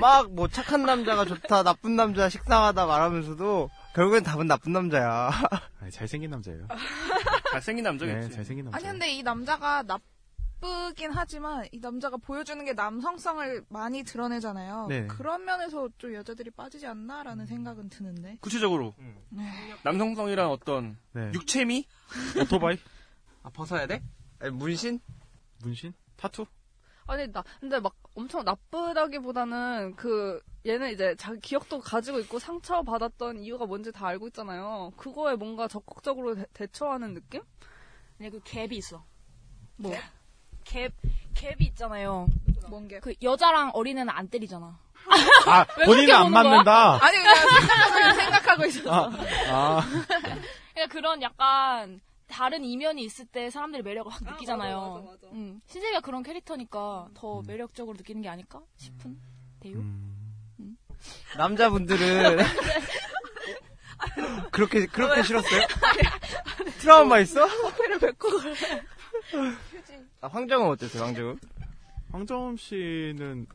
Speaker 10: 막 뭐 착한 남자가 좋다, 나쁜 남자 식상하다 말하면서도 결국엔 답은 나쁜 남자야.
Speaker 2: 잘생긴 남자예요.
Speaker 6: 잘생긴 남자겠지.
Speaker 2: 아, 네, 잘생긴 남자.
Speaker 17: 아니 근데 이 남자가 나쁘긴 하지만 이 남자가 보여주는 게 남성성을 많이 드러내잖아요.
Speaker 6: 네.
Speaker 17: 그런 면에서 좀 여자들이 빠지지 않나라는 생각은 드는데.
Speaker 6: 구체적으로
Speaker 10: 음.
Speaker 2: 네.
Speaker 6: 남성성이란 어떤
Speaker 10: 네.
Speaker 6: 육체미?
Speaker 2: 오토바이?
Speaker 10: 아, 벗어야 돼? 아니, 문신?
Speaker 2: 문신? 타투?
Speaker 5: 아니 나 근데 막 엄청 나쁘다기보다는 그 얘는 이제 자기 기억도 가지고 있고 상처 받았던 이유가 뭔지 다 알고 있잖아요. 그거에 뭔가 적극적으로 대, 처하는 느낌?
Speaker 7: 근데 그 갭이 있어.
Speaker 5: 뭐?
Speaker 7: 갭 갭이 있잖아요.
Speaker 17: 뭔 갭?
Speaker 7: 그 여자랑 어린애는 안 때리잖아.
Speaker 2: 아,
Speaker 7: 왜
Speaker 2: 본인은
Speaker 7: 그렇게
Speaker 2: 안
Speaker 7: 보는 거야?
Speaker 2: 맞는다.
Speaker 7: 아니 그냥 생각하고, 생각하고
Speaker 2: 아,
Speaker 7: 있었어.
Speaker 2: 아.
Speaker 7: 그러니까 그런 약간 다른 이면이 있을 때 사람들이 매력을 확 느끼잖아요. 음, 신세가 그런 캐릭터니까 더
Speaker 2: 음.
Speaker 7: 매력적으로 느끼는 게 아닐까 싶은 데요.
Speaker 10: 남자분들은 그렇게 그렇게 싫었어요? 트라우마 있어?
Speaker 5: 커피를 뱉고 그래.
Speaker 10: 아, 황정은 어땠어요, 황정은?
Speaker 2: 황정음 씨는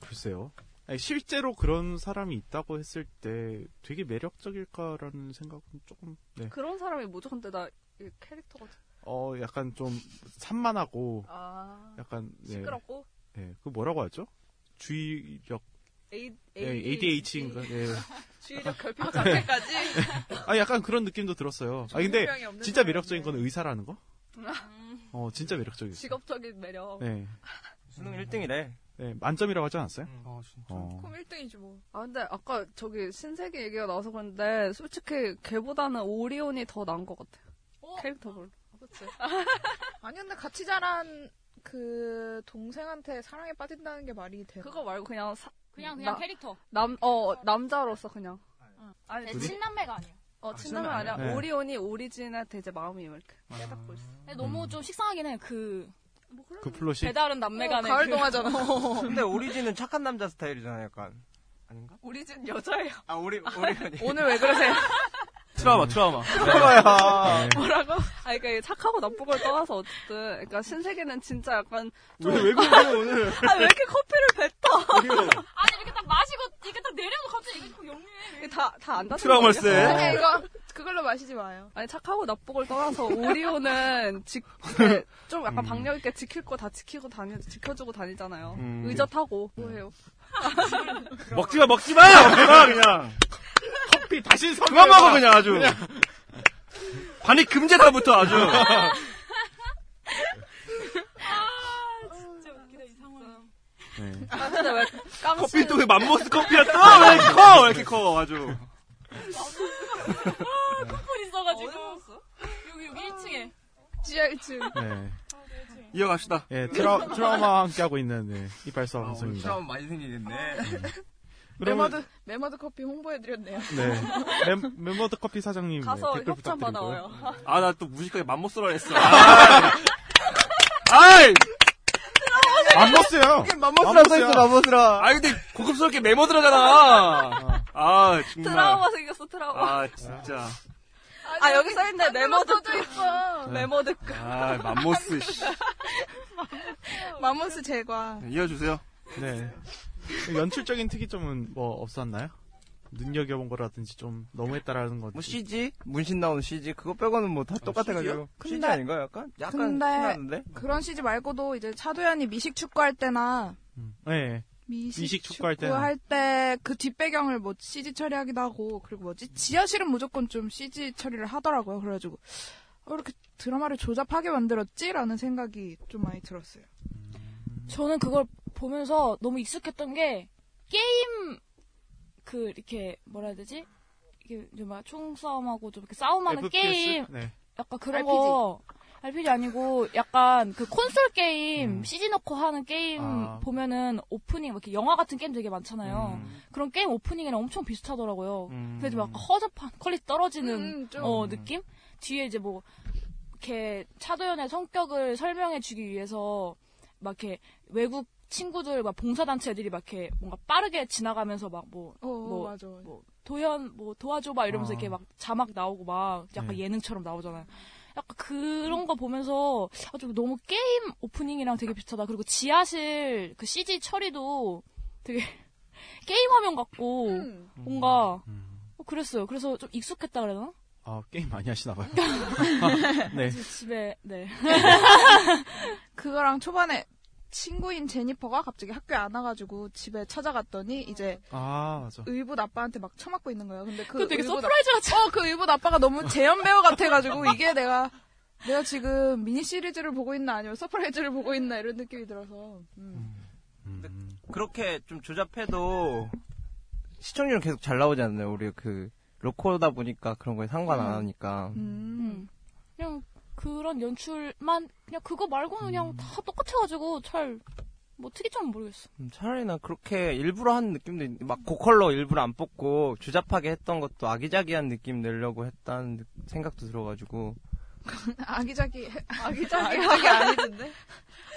Speaker 2: 글쎄요. 아니, 실제로 그런 사람이 있다고 했을 때 되게 매력적일까라는 생각은 조금 네.
Speaker 5: 그런 사람이 뭐죠? 근데 나이 캐릭터가
Speaker 2: 어 약간 좀 산만하고
Speaker 5: 아
Speaker 2: 약간 네.
Speaker 5: 시끄럽고
Speaker 2: 네. 그 뭐라고 하죠? 주의력
Speaker 5: A-
Speaker 2: ADHD인가? 네.
Speaker 5: 주의력 결핍 장애까지.
Speaker 2: 아 약간 그런 느낌도 들었어요. 아 근데
Speaker 5: 종교병이 없는
Speaker 2: 진짜
Speaker 5: 사람인데. 음.
Speaker 2: 매력적인 건 의사라는 거? 어 진짜 매력적이었어요.
Speaker 5: 직업적인 매력.
Speaker 2: 네.
Speaker 10: 수능 1등이래.
Speaker 2: 네 만점이라고 하지 않았어요?
Speaker 6: 아 진짜.
Speaker 5: 그럼 1등이지 뭐. 아 근데 아까 저기 신세계 얘기가 나와서 그런데 솔직히 걔보다는 오리온이 더 나은 것 같아요. 캐릭터별로.
Speaker 17: 그치. 아니 근데 같이 자란 그 동생한테 사랑에 빠진다는 게 말이 돼요?
Speaker 5: 그거 말고 그냥 사-
Speaker 7: 그냥 그냥 캐릭터.
Speaker 5: 남 어 남자로서 그냥.
Speaker 7: 아니, 친남매가 아니에요.
Speaker 5: 어 친남이
Speaker 7: 친남매
Speaker 5: 아니라
Speaker 7: 아니야? 네.
Speaker 5: 오리온이 오리진한테 이제 마음이 이렇게 깨닫고 있어.
Speaker 7: 근데 네, 너무 좀 식상하긴 해요. 그
Speaker 5: 뭐
Speaker 2: 그 플롯이
Speaker 7: 배달은
Speaker 5: 어,
Speaker 7: 남매간에 그-
Speaker 10: 근데 오리진은 착한 남자 스타일이잖아요, 약간.
Speaker 5: 오리진 여자예요.
Speaker 10: 아 오리 오리
Speaker 5: 오늘 왜 그러세요?
Speaker 6: 트라우마, 트라우마. 네.
Speaker 10: 트라우마야.
Speaker 5: 뭐라고? 아, 그러니까 이게 착하고 나쁘고를 떠나서 어쨌든, 그러니까 신세계는 진짜 약간 좀.
Speaker 10: 오늘 왜 그러세요, 오늘?
Speaker 5: 아, 왜 이렇게 커피를 뱉어?
Speaker 7: 아니 이렇게 딱 마시고 이렇게 딱 내려서 갑자기 이렇게 영유해.
Speaker 5: 다, 다안 다는 네.
Speaker 6: 트라우마일세.
Speaker 17: 아니 이거 그걸로 마시지 마요.
Speaker 5: 아니 착하고 나쁘고를 떠나서 오리오는 지, 네, 좀 약간 박력 있게 지킬 거 다 지키고 다니 지켜주고 다니잖아요.
Speaker 6: 음.
Speaker 5: 의젓하고 뭐해요?
Speaker 6: 먹지마, 먹지마, 먹지마 그냥.
Speaker 2: 커피 다시 선.
Speaker 6: 그만 먹어 그냥 아주. 반이 금제다부터 아주.
Speaker 7: 아 진짜 웃기다 이 상황.
Speaker 5: 아, 근데 왜 깡씨?
Speaker 6: 커피 또왜 맘모스 커피야 또?
Speaker 10: 아,
Speaker 6: 왜 이렇게 커? 왜 이렇게 커? 아주.
Speaker 7: 콧물 있어가지고. 여기
Speaker 5: 아.
Speaker 7: 여기 1층에.
Speaker 17: 지하 1층.
Speaker 6: 음.
Speaker 2: 네.
Speaker 6: 이어갑시다.
Speaker 2: 예, 트라, 트라우마 함께 하고 있는 네, 이발사 방송입니다.
Speaker 10: 트라우마 많이 생기겠네.
Speaker 2: 그러면-
Speaker 17: 메모드 메모드 커피 홍보해드렸네요.
Speaker 2: 네. 멤- 멤버드 커피 사장님 네, 댓글 부탁드리고요.
Speaker 6: 아 나 또 무식하게 맘모스라 했어. 아, 아이.
Speaker 2: 맘모스요.
Speaker 6: 맘모스라
Speaker 2: 써있어,
Speaker 10: 맘모스라.
Speaker 6: 아 근데 고급스럽게 메모드라잖아. 아 정말.
Speaker 5: 트라우마 생겼어 트라우마.
Speaker 6: 아 진짜.
Speaker 5: 아, 여기 써있네 메모드 있어. 메모드
Speaker 6: 아 맘모스. 씨.
Speaker 17: 마모스 제과.
Speaker 6: 이어주세요.
Speaker 2: 네. 연출적인 특이점은 뭐 없었나요? 눈여겨본 거라든지 좀 너무했다라는 건지.
Speaker 10: 뭐 CG? 문신 나오는 CG 그거 빼고는 뭐 다 똑같아가지고.
Speaker 17: CG 요?
Speaker 10: CG
Speaker 17: 근데-
Speaker 10: 아닌가요, 약간? 약간
Speaker 17: 근데
Speaker 10: 신나는데?
Speaker 17: 그런 시지 말고도 이제 차도현이 미식 축구할 때나
Speaker 2: 네.
Speaker 17: 미식,
Speaker 2: 미식 축구할 때는.
Speaker 17: 할 때 그 뒷배경을 뭐 CG 처리하기도 하고 그리고 뭐지 지하실은 무조건 좀 CG 처리를 하더라고요. 그래가지고 왜 이렇게 드라마를 조잡하게 만들었지라는 생각이 좀 많이 들었어요.
Speaker 7: 저는 그걸 보면서 너무 익숙했던 게 게임 그 이렇게 뭐라 해야 되지? 이게 이제 막 총싸움하고 좀 이렇게 싸움하는
Speaker 18: FPS?
Speaker 7: 게임
Speaker 18: 네.
Speaker 7: 약간 그런
Speaker 18: RPG.
Speaker 7: 거 RPG 아니고 약간 그 콘솔 게임 CG 넣고 하는 게임
Speaker 18: 음. 아.
Speaker 7: 보면은 오프닝 막 이렇게 영화 같은 게임 되게 많잖아요.
Speaker 6: 음,
Speaker 7: 그런 게임 오프닝이랑 엄청 비슷하더라고요.
Speaker 18: 음.
Speaker 7: 그래서 막 어. 허접한 퀄리티 떨어지는
Speaker 18: 음, 좀.
Speaker 7: 어, 느낌? 뒤에 이제 뭐 이렇게 차도연의 성격을 설명해 주기 위해서 막 이렇게 외국 친구들 막 봉사단체 애들이 막 이렇게 뭔가 빠르게 지나가면서 막 뭐
Speaker 17: 어,
Speaker 7: 뭐,
Speaker 5: 맞아, 맞아.
Speaker 7: 뭐 도현 뭐 도와줘 막 이러면서
Speaker 5: 아.
Speaker 7: 이렇게 막 자막 나오고 막 약간
Speaker 5: 네.
Speaker 7: 예능처럼 나오잖아요. 약간 그런 거 보면서 아, 좀 너무 게임 오프닝이랑 되게 비슷하다. 그리고 지하실 그 CG 처리도 되게 게임 화면 같고
Speaker 5: 음.
Speaker 7: 뭔가 어, 그랬어요. 그래서 좀 익숙했다 그래야 되나?
Speaker 4: 아, 게임 많이 하시나봐요. 네.
Speaker 7: 지- 집에 네.
Speaker 5: 그거랑 초반에 친구인 제니퍼가 갑자기 학교에 안 와가지고 집에 찾아갔더니 이제
Speaker 4: 아,
Speaker 2: 어.
Speaker 4: 맞아.
Speaker 5: 의붓 아빠한테 막 처맞고 있는 거예요. 근데 그
Speaker 7: 그거 되게
Speaker 5: 의붓
Speaker 7: 서프라이즈 같이.
Speaker 5: 어, 그 의붓 아빠가 너무 재현 배우 같아가지고 이게 내가 내가 지금 미니 시리즈를 보고 있나 아니면 서프라이즈를 보고 있나 이런 느낌이 들어서 음.
Speaker 10: 그렇게 좀 조잡해도 시청률은 계속 잘 나오지 않나요? 우리 그 로코다 보니까 그런 거에 상관 안 하니까.
Speaker 7: 음. 그냥 그런 연출만 그냥 그거 말고는
Speaker 4: 음.
Speaker 7: 그냥 다 똑같아가지고 잘 뭐 특이점은 모르겠어.
Speaker 10: 음, 차라리 나 그렇게 일부러 한 느낌도 있- 막 고컬러 일부러 안 뽑고 조잡하게 했던 것도 아기자기한 느낌 내려고 했다는 느- 생각도 들어가지고
Speaker 5: 아기자기
Speaker 2: 아기자기
Speaker 5: 아기자기
Speaker 2: 아니던데?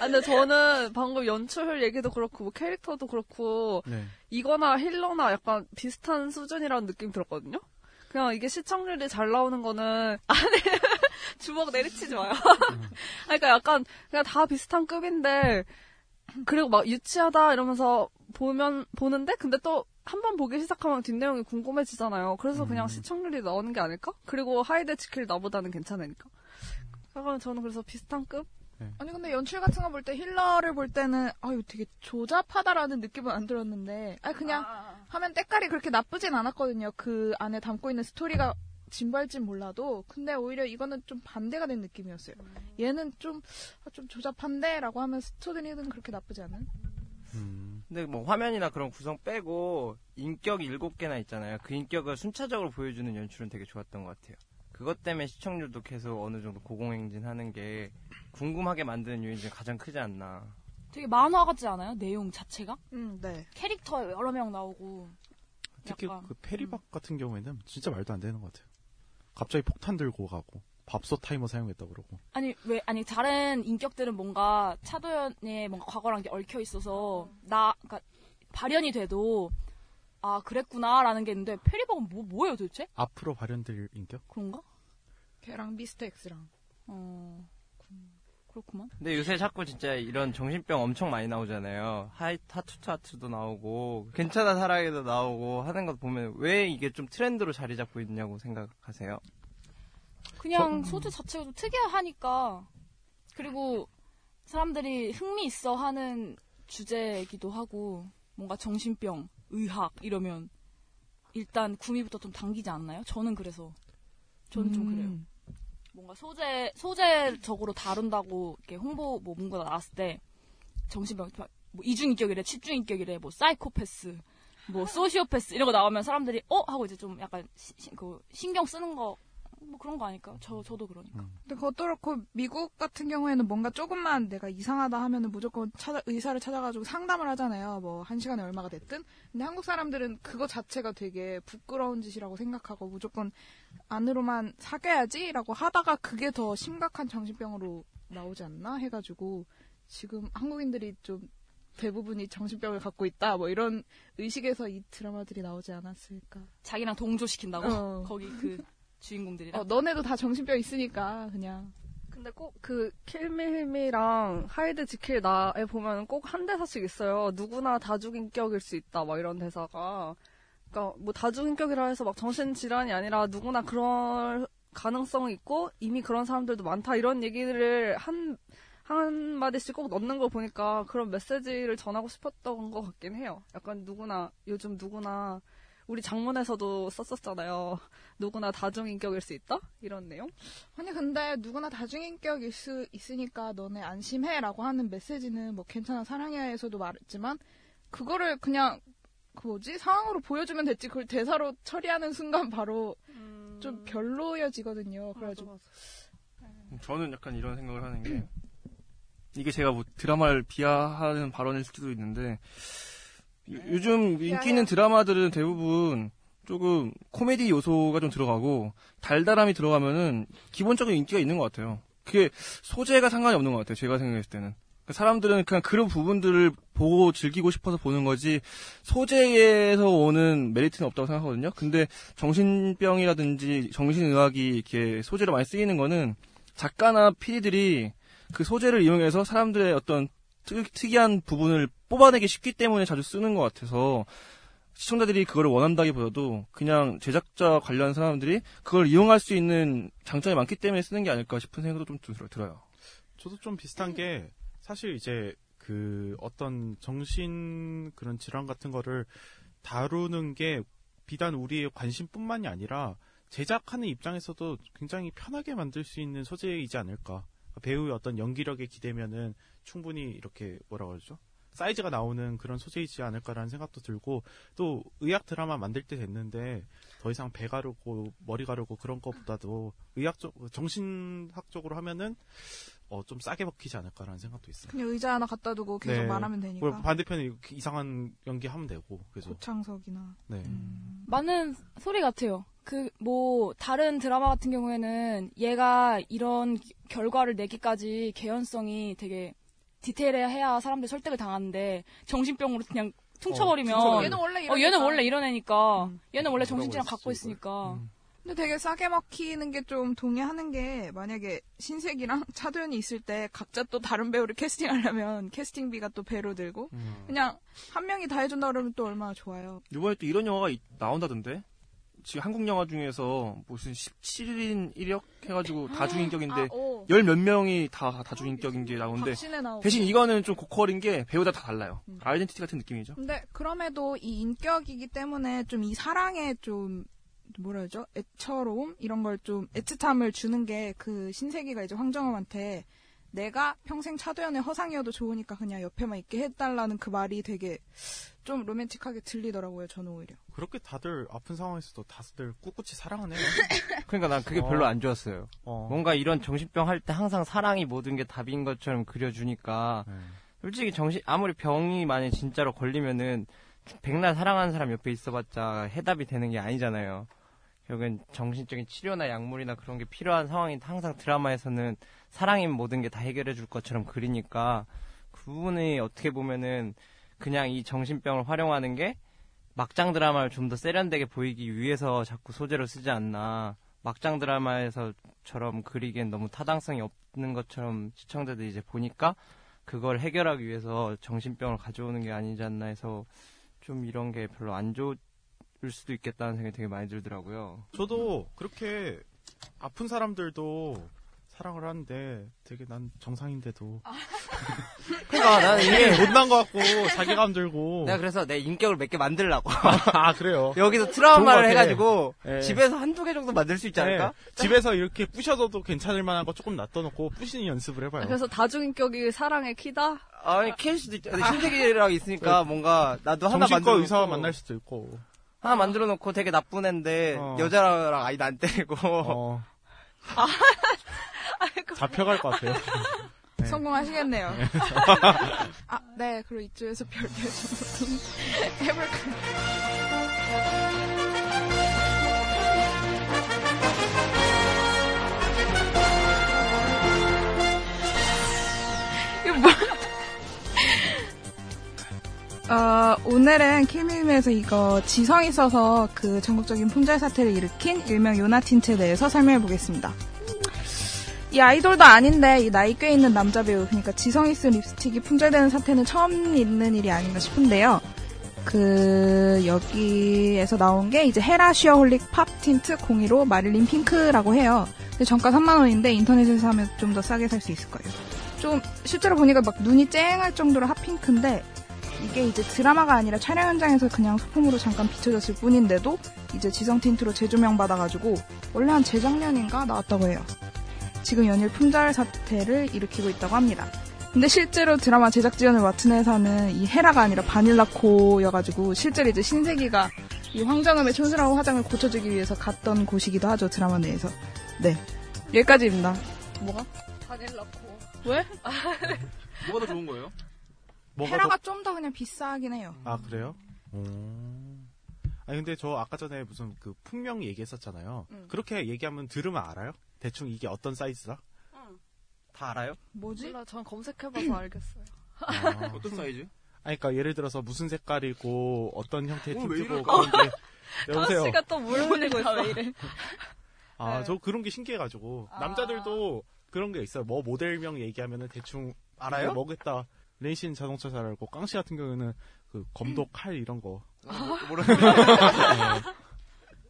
Speaker 2: 아, 근데 저는 방금 연출 얘기도 그렇고 뭐 캐릭터도 그렇고
Speaker 18: 네.
Speaker 2: 이거나 힐러나 약간 비슷한 수준이라는 느낌 들었거든요. 그냥 이게 시청률이 잘 나오는 거는 안에 주먹 내리치지 마요. 아, 그러니까 약간 그냥 다 비슷한 급인데 그리고 막 유치하다 이러면서 보면 보는데 근데 또 한 번 보기 시작하면 뒷내용이 궁금해지잖아요. 그래서
Speaker 4: 음.
Speaker 2: 그냥 시청률이 나오는 게 아닐까? 그리고 하이드 지킬 나보다는 괜찮으니까. 약간 저는 그래서 비슷한 급?
Speaker 5: 아니 근데 연출 같은 거 볼 때 힐러를 볼 때는 아유 되게 조잡하다라는 느낌은 안 들었는데 아 그냥 하면 때깔이 그렇게 나쁘진 않았거든요 그 안에 담고 있는 스토리가 진발진 몰라도 근데 오히려 이거는 좀 반대가 된 느낌이었어요
Speaker 2: 음.
Speaker 5: 얘는 좀 아, 좀 조잡한데라고 하면 스토리는 그렇게 나쁘지 않은
Speaker 2: 음.
Speaker 10: 근데 뭐 화면이나 그런 구성 빼고 인격 7개나 있잖아요. 그 인격을 순차적으로 보여주는 연출은 되게 좋았던 것 같아요. 그것 때문에 시청률도 계속 어느 정도 고공행진하는 게 궁금하게 만드는 요인 중에 가장 크지 않나.
Speaker 7: 되게 만화 같지 않아요? 내용 자체가?
Speaker 5: 음, 네.
Speaker 7: 캐릭터 여러 명 나오고.
Speaker 4: 특히
Speaker 7: 약간.
Speaker 4: 그 페리박 같은 경우에는 진짜 말도 안 되는 것 같아요. 갑자기 폭탄 들고 가고 밥솥 타이머 사용했다 그러고.
Speaker 7: 아니 왜 아니 다른 인격들은 뭔가 차도연의 뭔가 과거랑 게 얽혀 있어서
Speaker 2: 음.
Speaker 7: 나 그러니까 발현이 돼도 아 그랬구나라는 게 있는데 페리박은 뭐 뭐예요 도대체?
Speaker 4: 앞으로 발현될 인격?
Speaker 7: 그런가?
Speaker 5: 걔랑 미스터 X랑.
Speaker 7: 어. 그렇구만.
Speaker 10: 근데 요새 자꾸 진짜 이런 정신병 엄청 많이 나오잖아요. 하이 타투 타투도 나오고 괜찮아 사랑해도 나오고 하는 것 보면 왜 이게 좀 트렌드로 자리 잡고 있냐고 생각하세요?
Speaker 7: 그냥
Speaker 10: 저-
Speaker 7: 소재 자체가 좀 특이하니까 그리고 사람들이 흥미 있어 하는 주제이기도 하고 뭔가 정신병, 의학 이러면 일단 구미부터 좀 당기지 않나요? 저는 그래서 저는 좀 그래요. 뭔가 소재 소재적으로 다룬다고 이렇게 홍보 뭐 문구가 나왔을 때 정신병 뭐 이중인격이래, 집중인격이래, 뭐 사이코패스, 뭐 소시오패스 이런 거 나오면 사람들이 어 하고 이제 좀 약간 시- 시- 그 신경 쓰는 거 뭐 그런 거 아닐까? 저 저도 그러니까.
Speaker 5: 근데 그것도 그렇고 미국 같은 경우에는 뭔가 조금만 내가 이상하다 하면은 무조건 찾아, 의사를 찾아가지고 상담을 하잖아요. 뭐 한 시간에 얼마가 됐든. 근데 한국 사람들은 그거 자체가 되게 부끄러운 짓이라고 생각하고 무조건 안으로만 사귀어야지라고 하다가 그게 더 심각한 정신병으로 나오지 않나 해가지고 지금 한국인들이 좀 대부분이 정신병을 갖고 있다 뭐 이런 의식에서 이 드라마들이 나오지 않았을까.
Speaker 7: 자기랑
Speaker 5: 어.
Speaker 7: 동조시킨다고 거기 그 주인공들이랑.
Speaker 5: 어, 너네도 다 정신병 있으니까 그냥.
Speaker 2: 근데 꼭 그 킬미 힐미랑 하이드 지킬 나에 보면 꼭 한 대사씩 있어요. 누구나 다중인격일 수 있다 막 이런 대사가. 그러니까 뭐 다중인격이라 해서 막 정신 질환이 아니라 누구나 그럴 가능성이 있고 이미 그런 사람들도 많다 이런 얘기를 한 한 마디씩 꼭 넣는 걸 보니까 그런 메시지를 전하고 싶었던 것 같긴 해요. 약간 누구나 요즘 누구나 우리 장문에서도 썼었잖아요. 누구나 다중인격일 수 있다 이런 내용.
Speaker 5: 아니 근데 누구나 다중인격일 수 있으니까 너네 안심해라고 하는 메시지는 뭐 괜찮아 사랑해에서도 말했지만 그거를 그냥 그 뭐지 상황으로 보여주면 됐지 그걸 대사로 처리하는 순간 바로 좀 별로여지거든요. 그래가지고
Speaker 14: 저는 약간 이런 생각을 하는 게 이게 제가 뭐 드라마를 비하하는 발언일 수도 있는데 요- 요즘 인기 있는 드라마들은 대부분 조금 코미디 요소가 좀 들어가고 달달함이 들어가면은 기본적인 인기가 있는 것 같아요. 그게 소재가 상관이 없는 것 같아요. 제가 생각했을 때는 그러니까 사람들은 그냥 그런 부분들을 보고 즐기고 싶어서 보는 거지 소재에서 오는 메리트는 없다고 생각하거든요. 근데 정신병이라든지 정신의학이 이렇게 소재로 많이 쓰이는 거는 작가나 PD들이 그 소재를 이용해서 사람들의 어떤 특, 특이한 부분을 뽑아내기 쉽기 때문에 자주 쓰는 것 같아서 시청자들이 그거를 원한다기보다도 그냥 제작자 관련 사람들이 그걸 이용할 수 있는 장점이 많기 때문에 쓰는 게 아닐까 싶은 생각도 좀 들- 들어요.
Speaker 4: 저도 좀
Speaker 2: 네.
Speaker 4: 비슷한 게 사실 이제 그 어떤 정신 그런 질환 같은 거를 다루는 게 비단 우리의 관심뿐만이 아니라 제작하는 입장에서도 굉장히 편하게 만들 수 있는 소재이지 않을까. 배우의 어떤 연기력에 기대면은 충분히 이렇게 뭐라 그러죠? 사이즈가 나오는 그런 소재이지 않을까라는 생각도 들고 또 의학 드라마 만들 때 됐는데 더 이상 배 가르고 머리 가르고 그런 거보다도 의학적 정신학적으로 하면은 어, 좀 싸게 먹히지 않을까라는 생각도 있어요.
Speaker 5: 그냥 의자 하나 갖다 두고 계속
Speaker 4: 네.
Speaker 5: 말하면
Speaker 4: 그리고
Speaker 5: 되니까
Speaker 4: 반대편에 이렇게 이상한 연기 하면 되고 그래서
Speaker 5: 창석이나
Speaker 4: 네.
Speaker 7: 많은 소리 같아요. 그 뭐 다른 드라마 같은 경우에는 얘가 이런 기- 결과를 내기까지 개연성이 되게 디테일해야 사람들 이 설득을 당하는데 정신병으로 그냥 어, 퉁쳐버리면
Speaker 5: 퉁쳐버리면. 얘는 원래
Speaker 7: 어,
Speaker 5: 이런
Speaker 7: 얘는
Speaker 5: 애다.
Speaker 7: 원래 이런 애니까
Speaker 2: 음.
Speaker 7: 얘는 원래 정신질환 갖고 있으니까
Speaker 5: 근데 되게 싸게 막히는 게 좀 동의하는 게 만약에 신세기랑 차도현이 있을 때 각자 또 다른 배우를 캐스팅하려면 캐스팅비가 또 배로 들고 그냥 한 명이 다 해준다 그러면 또 얼마나 좋아요.
Speaker 14: 이번에 또 이런 영화가 이- 나온다던데? 지금 한국 영화 중에서 무슨 17인 1역 해가지고 다중인격인데
Speaker 5: 아, 오.
Speaker 14: 열 몇 명이 다 다중인격인 게 나오는데
Speaker 5: 박신혜 나오고.
Speaker 14: 대신 이거는 좀 고퀄인 게 배우다 다 달라요.
Speaker 5: 음.
Speaker 14: 아이덴티티 같은 느낌이죠.
Speaker 5: 근데 그럼에도 이 인격이기 때문에 좀 이 사랑에 좀 뭐라 그러죠? 애처로움 이런 걸 좀 애틋함을 주는 게 그 신세기가 이제 황정음한테 내가 평생 차도연의 허상이어도 좋으니까 그냥 옆에만 있게 해달라는 그 말이 되게 좀 로맨틱하게 들리더라고요. 저는 오히려.
Speaker 4: 그렇게 다들 아픈 상황에서도 다들 꿋꿋이 사랑하네요.
Speaker 10: 그러니까 난 그게
Speaker 4: 어.
Speaker 10: 별로 안 좋았어요.
Speaker 4: 어.
Speaker 10: 뭔가 이런 정신병 할 때 항상 사랑이 모든 게 답인 것처럼 그려주니까
Speaker 4: 네.
Speaker 10: 솔직히 정신 아무리 병이 만약 진짜로 걸리면은 백날 사랑하는 사람 옆에 있어봤자 해답이 되는 게 아니잖아요. 결국엔 정신적인 치료나 약물이나 그런 게 필요한 상황이 항상 드라마에서는 사랑이 모든 게 다 해결해 줄 것처럼 그리니까 그 부분이 어떻게 보면은 그냥 이 정신병을 활용하는 게 막장 드라마를 좀 더 세련되게 보이기 위해서 자꾸 소재로 쓰지 않나. 막장 드라마에서처럼 그리기엔 너무 타당성이 없는 것처럼 시청자들이 이제 보니까 그걸 해결하기 위해서 정신병을 가져오는 게 아니지 않나 해서 좀 이런 게 별로 안 좋을 수도 있겠다는 생각이 되게 많이 들더라고요.
Speaker 4: 저도 그렇게 아픈 사람들도 사랑을 하는데 되게 난 정상인데도
Speaker 2: 아.
Speaker 10: 그러니까 나는 이게
Speaker 4: 못난 것 같고 자괴감 들고
Speaker 10: 내가 그래서 내 인격을 몇 개 만들려고.
Speaker 4: 아 그래요.
Speaker 10: 여기서
Speaker 4: 좋은 것
Speaker 10: 트라우마를
Speaker 4: 같아.
Speaker 10: 해가지고
Speaker 4: 예.
Speaker 10: 집에서 한두 개 정도 만들 수 있지 않을까?
Speaker 4: 네. 집에서 이렇게 부셔져도 괜찮을 만한 거 조금 놔둬놓고 부시는 연습을 해봐요.
Speaker 2: 그래서 다중인격이 사랑의 키다?
Speaker 10: 아니 킬 수도 있죠. 신세계랑 있으니까 뭔가 나도 아,
Speaker 4: 정신과
Speaker 10: 하나 네. 만들어
Speaker 4: 의사와
Speaker 10: 놓고
Speaker 4: 만날 수도 있고.
Speaker 10: 하나 만들어 놓고 되게 나쁜 애인데 여자랑 아이도 안 때리고
Speaker 2: 그
Speaker 4: 잡혀갈 것 같아요. 네.
Speaker 5: 성공하시겠네요.
Speaker 4: 네.
Speaker 5: 아, 네. 그리고 이쪽에서 별별 좀 해볼까요? 이거 뭐야? 어, 오늘은 킬미님에서 이거 지성이 써서 그 전국적인 품절 사태를 일으킨 일명 요나틴트에 대해서 설명해 보겠습니다. 이 아이돌도 아닌데 이 나이 꽤 있는 남자 배우 그러니까 지성이 쓴 립스틱이 품절되는 사태는 처음 있는 일이 아닌가 싶은데요. 그 여기에서 나온 게 이제 헤라 슈어홀릭 팝 틴트 01호 마릴린 핑크라고 해요. 근데 정가 3만 원인데 인터넷에서 하면 좀 더 싸게 살 수 있을 거예요. 좀 실제로 보니까 막 눈이 쨍할 정도로 핫핑크인데 이게 이제 드라마가 아니라 촬영 현장에서 그냥 소품으로 잠깐 비춰졌을 뿐인데도 이제 지성 틴트로 재조명 받아가지고 원래 한 재작년인가 나왔다고 해요. 지금 연일 품절 사태를 일으키고 있다고 합니다. 근데 실제로 드라마 제작 지원을 맡은 회사는 이 헤라가 아니라 바닐라코여가지고 실제로 이제 신세기가 이 황정음의 촌스러운 화장을 고쳐주기 위해서 갔던 곳이기도 하죠 드라마 내에서. 네 여기까지입니다. 뭐가?
Speaker 2: 바닐라코.
Speaker 5: 왜?
Speaker 14: 뭐가 더 좋은 거예요?
Speaker 4: 뭐가
Speaker 5: 헤라가
Speaker 4: 더-
Speaker 5: 좀 더 그냥 비싸긴 해요.
Speaker 4: 아 그래요? 음. 아니 근데 저 아까 전에 무슨 그 풍명 얘기했었잖아요.
Speaker 5: 음.
Speaker 4: 그렇게 얘기하면 들으면 알아요? 대충 이게 어떤 사이즈다? 다 알아요?
Speaker 2: 뭐지? 몰라, 전 검색해봐서 알겠어요.
Speaker 14: 아. 어떤 사이즈?
Speaker 4: 아니 그러니까 예를 들어서 무슨 색깔이고 어떤
Speaker 14: 네,
Speaker 4: 형태의
Speaker 2: 오늘 왜
Speaker 4: 틴트고
Speaker 14: 뭐
Speaker 2: 이럴까?
Speaker 4: 그런 게 여보세요.
Speaker 2: 다씨가 또물 흘리고
Speaker 5: 다
Speaker 2: 있어.
Speaker 5: 왜 이래?
Speaker 4: 아 저 그런 게 신기해가지고 남자들도 그런 게 있어요. 뭐 모델명 얘기하면은 대충
Speaker 14: 알아요?
Speaker 4: 이거 먹겠다. 레이신 자동차 잘 알고 깡씨 같은 경우는 그 검도 칼 이런 거.
Speaker 14: 뭐라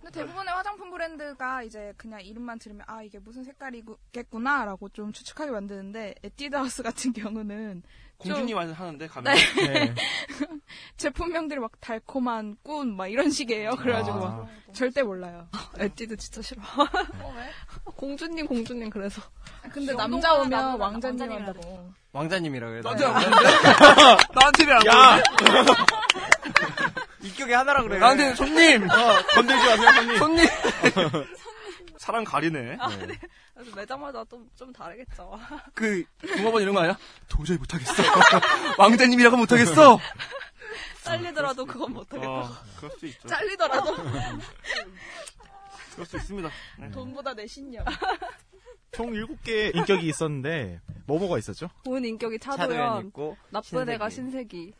Speaker 5: 근데 대부분의 화장품 브랜드가 이제 그냥 이름만 들으면 아 이게 무슨 색깔이겠구나라고 좀 추측하게 만드는데 에뛰드하우스 같은 경우는 좀
Speaker 14: 공주님 완전 하는데 가면.
Speaker 4: 네.
Speaker 5: 제품명들이 막 달콤한 꾼 막 이런 식이에요. 그래가지고 막
Speaker 14: 아.
Speaker 5: 절대 몰라요.
Speaker 2: 아, 네.
Speaker 5: 에뛰드 진짜 싫어.
Speaker 2: 공주님, 공주님, 그래서.
Speaker 5: 근데 남자 오면 왕자님 한다고.
Speaker 10: 왕자님이라 그래요.
Speaker 14: 남자야, 남자야? 나한테는 안
Speaker 10: 야!
Speaker 14: 이격이 하나라
Speaker 10: 그래.
Speaker 14: 나한테는 손님!
Speaker 4: 어, 건들지 마세요, 손님.
Speaker 14: 손님! 사람 가리네.
Speaker 2: 네. 그래서 매장마다 좀, 좀 다르겠죠.
Speaker 5: 아,
Speaker 14: 그, 종업원 이런 거 아니야? 도저히 못하겠어. 왕자님이라고 못하겠어!
Speaker 2: 잘리더라도 그건 못하겠다.
Speaker 14: 아, 그럴 수 있죠.
Speaker 2: 잘리더라도.
Speaker 14: 그럴 수 있습니다. 네.
Speaker 2: 돈보다 내 신념.
Speaker 4: 총 7개의 인격이 있었는데 뭐뭐가 있었죠?
Speaker 2: 본 인격이 차도연,
Speaker 4: 차도연 있고,
Speaker 2: 나쁜
Speaker 4: 신세계.
Speaker 2: 애가 신세기,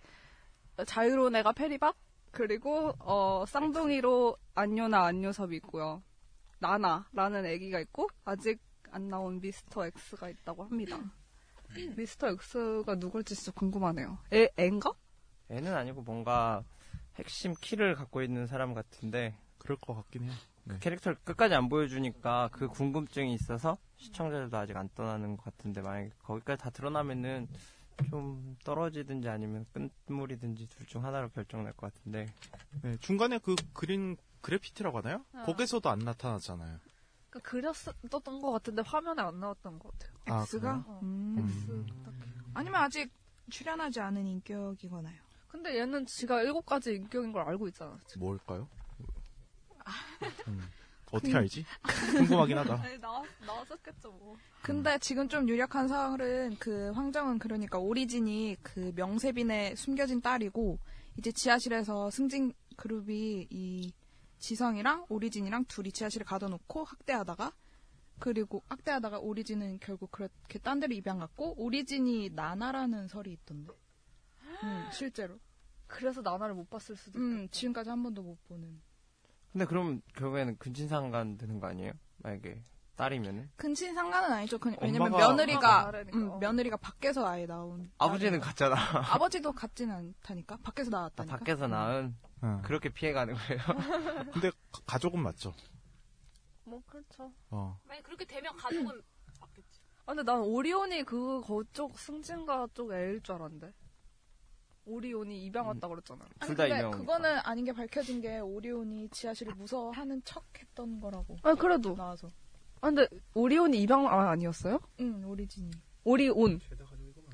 Speaker 2: 자유로운 애가 페리박, 그리고 어, 쌍둥이로 안요나 안요섭이 있고요. 나나라는 애기가 있고 아직 안 나온 미스터 X가 있다고 합니다.
Speaker 5: 음.
Speaker 2: 미스터 X가 누굴지 진짜 궁금하네요. 애 앤가?
Speaker 10: 애는 아니고 뭔가 핵심 키를 갖고 있는 사람 같은데
Speaker 4: 그럴 것 같긴 해요.
Speaker 10: 그 캐릭터를 끝까지 안 보여주니까 그 궁금증이 있어서 시청자들도 아직 안 떠나는 것 같은데 만약에 거기까지 다 드러나면은 좀 떨어지든지 아니면 끝물이든지 둘 중 하나로 결정날 것 같은데
Speaker 4: 네, 중간에 그 그린 그래피티라고 하나요?
Speaker 2: 아.
Speaker 4: 거기서도 안 나타났잖아요.
Speaker 2: 그러니까 그렸었던 것 같은데 화면에 안 나왔던 것 같아요.
Speaker 4: 아,
Speaker 5: X가?
Speaker 4: 그래요?
Speaker 5: 음. 아니면 아직 출연하지 않은 인격이거나요.
Speaker 2: 근데 얘는 지가 일곱 가지 인격인 걸 알고 있잖아.
Speaker 4: 뭘까요? 음, 어떻게
Speaker 5: 음.
Speaker 4: 알지? 궁금하긴 하다.
Speaker 2: 아니, 네, 나왔, 나왔었겠죠, 뭐.
Speaker 5: 근데 지금 좀 유력한 사항은 그 황정은 그러니까 오리진이 그 명세빈의 숨겨진 딸이고 이제 지하실에서 승진 그룹이 이 지성이랑 오리진이랑 둘이 지하실에 가둬놓고 학대하다가 그리고 학대하다가 오리진은 결국 그렇게 딴 데로 입양 갔고 오리진이 나나라는 설이 있던데. 음, 실제로.
Speaker 2: 그래서 나나를 못 봤을 수도
Speaker 5: 음, 지금까지 한 번도 못 보는.
Speaker 10: 근데 그럼 결국에는 근친상간 되는 거 아니에요? 만약에 딸이면은
Speaker 5: 근친 상관은 아니죠. 그냥 왜냐면
Speaker 10: 엄마가-
Speaker 5: 며느리가
Speaker 2: 그러니까,
Speaker 10: 엄마가
Speaker 5: 음,
Speaker 2: 네.
Speaker 5: 며느리가 밖에서 아예 나온.
Speaker 10: 아버지는 갔잖아
Speaker 5: 아버지도 같진 않다니까. 밖에서 나왔다니까.
Speaker 10: 아, 밖에서 낳은 그렇게 피해가는 거예요.
Speaker 4: 근데 가- 가족은 맞죠?
Speaker 2: 뭐, 그렇죠.
Speaker 4: 어.
Speaker 7: 만약 그렇게 되면 가족은
Speaker 2: 아, 근데 난 오리온이 그, 거쪽 승진가 쪽 애일 줄 알았는데. 오리온이 입양 왔다 그랬잖아.
Speaker 5: 아니,
Speaker 10: 음. 둘다
Speaker 5: 근데
Speaker 10: 이명이니까.
Speaker 5: 그거는 아닌 게 밝혀진 게 오리온이 지하실을 무서워하는 척 했던 거라고.
Speaker 2: 아, 그래도.
Speaker 5: 나와서.
Speaker 2: 아, 근데 오리온이 입양 아, 아니었어요?
Speaker 5: 응, 오리진이.
Speaker 2: 오리온.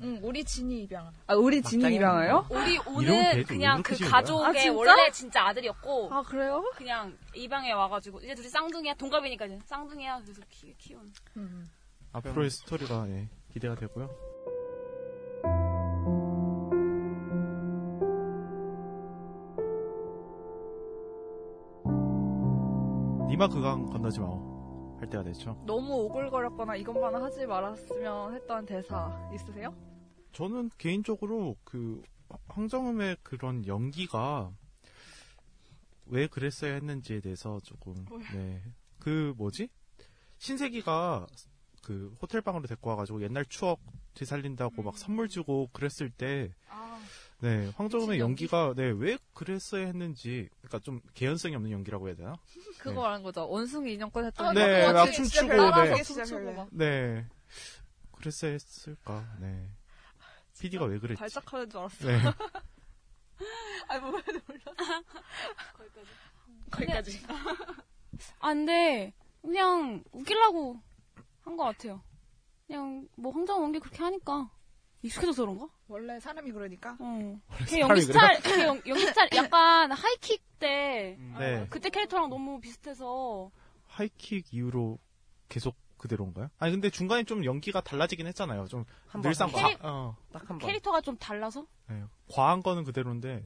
Speaker 5: 응, 오리진이 입양한.
Speaker 2: 아, 오리진이 입양해요?
Speaker 7: 우리
Speaker 2: 아, 이러면
Speaker 7: 오는
Speaker 2: 돼지,
Speaker 7: 그냥
Speaker 2: 왜
Speaker 7: 그
Speaker 2: 이렇게 지은 거야? 아,
Speaker 7: 가족의
Speaker 2: 진짜?
Speaker 7: 원래 진짜 아들이었고
Speaker 2: 아 그래요?
Speaker 7: 그냥 입양해 와가지고 이제 둘이 쌍둥이야 동갑이니까 이제 쌍둥이야 그래서 키, 키운
Speaker 4: 앞으로의 스토리가 예, 기대가 되고요. 니마 그강 건너지 마오 할 때가 됐죠.
Speaker 2: 너무 오글거렸거나 이것만 하지 말았으면 했던 대사 있으세요?
Speaker 4: 저는 개인적으로 그 황정음의 그런 연기가 왜 그랬어야 했는지에 대해서 조금 네. 그 뭐지? 신세기가 그 호텔 방으로 데리고 와가지고 옛날 추억 되살린다고 막 선물 주고 그랬을 때
Speaker 7: 아.
Speaker 4: 네, 황정음의 연기가 네, 왜 그랬어야 했는지 그러니까 좀 개연성이 없는 연기라고 해야 되나?
Speaker 7: 네.
Speaker 2: 그거 말한 거죠. 원숭이 인형권 했던
Speaker 4: 아, 네,
Speaker 2: 거.
Speaker 4: 막 춤추고,
Speaker 2: 따라서
Speaker 4: 네.
Speaker 2: 춤추고 막.
Speaker 4: 네. 그랬어야 했을까? 네.
Speaker 7: 아,
Speaker 4: PD가 왜 그랬지?
Speaker 2: 발작하는 줄 알았어.
Speaker 4: 네.
Speaker 2: 아니, 뭐, 놀랐어.
Speaker 7: 거기까지. 아, 근데 그냥 웃기려고 한 것 같아요. 그냥 뭐 황정원 게 그렇게 하니까
Speaker 2: 익숙해져서 그런가? 어.
Speaker 5: 원래 사람이 그러니까.
Speaker 7: 그 연기
Speaker 2: 사람이
Speaker 7: 스타일,
Speaker 2: 그래요? 음.
Speaker 7: 그 연, 연기 스타일 약간 하이킥 때
Speaker 4: 네.
Speaker 7: 그때 캐릭터랑 너무 비슷해서
Speaker 4: 하이킥 이후로 계속 그대로인가요? 아니 근데 중간에 좀 연기가 달라지긴 했잖아요. 좀
Speaker 7: 한 번.
Speaker 4: 늘상
Speaker 7: 캐릭-
Speaker 4: 과, 어,
Speaker 7: 캐릭터가 좀 달라서
Speaker 4: 네, 과한 거는 그대로인데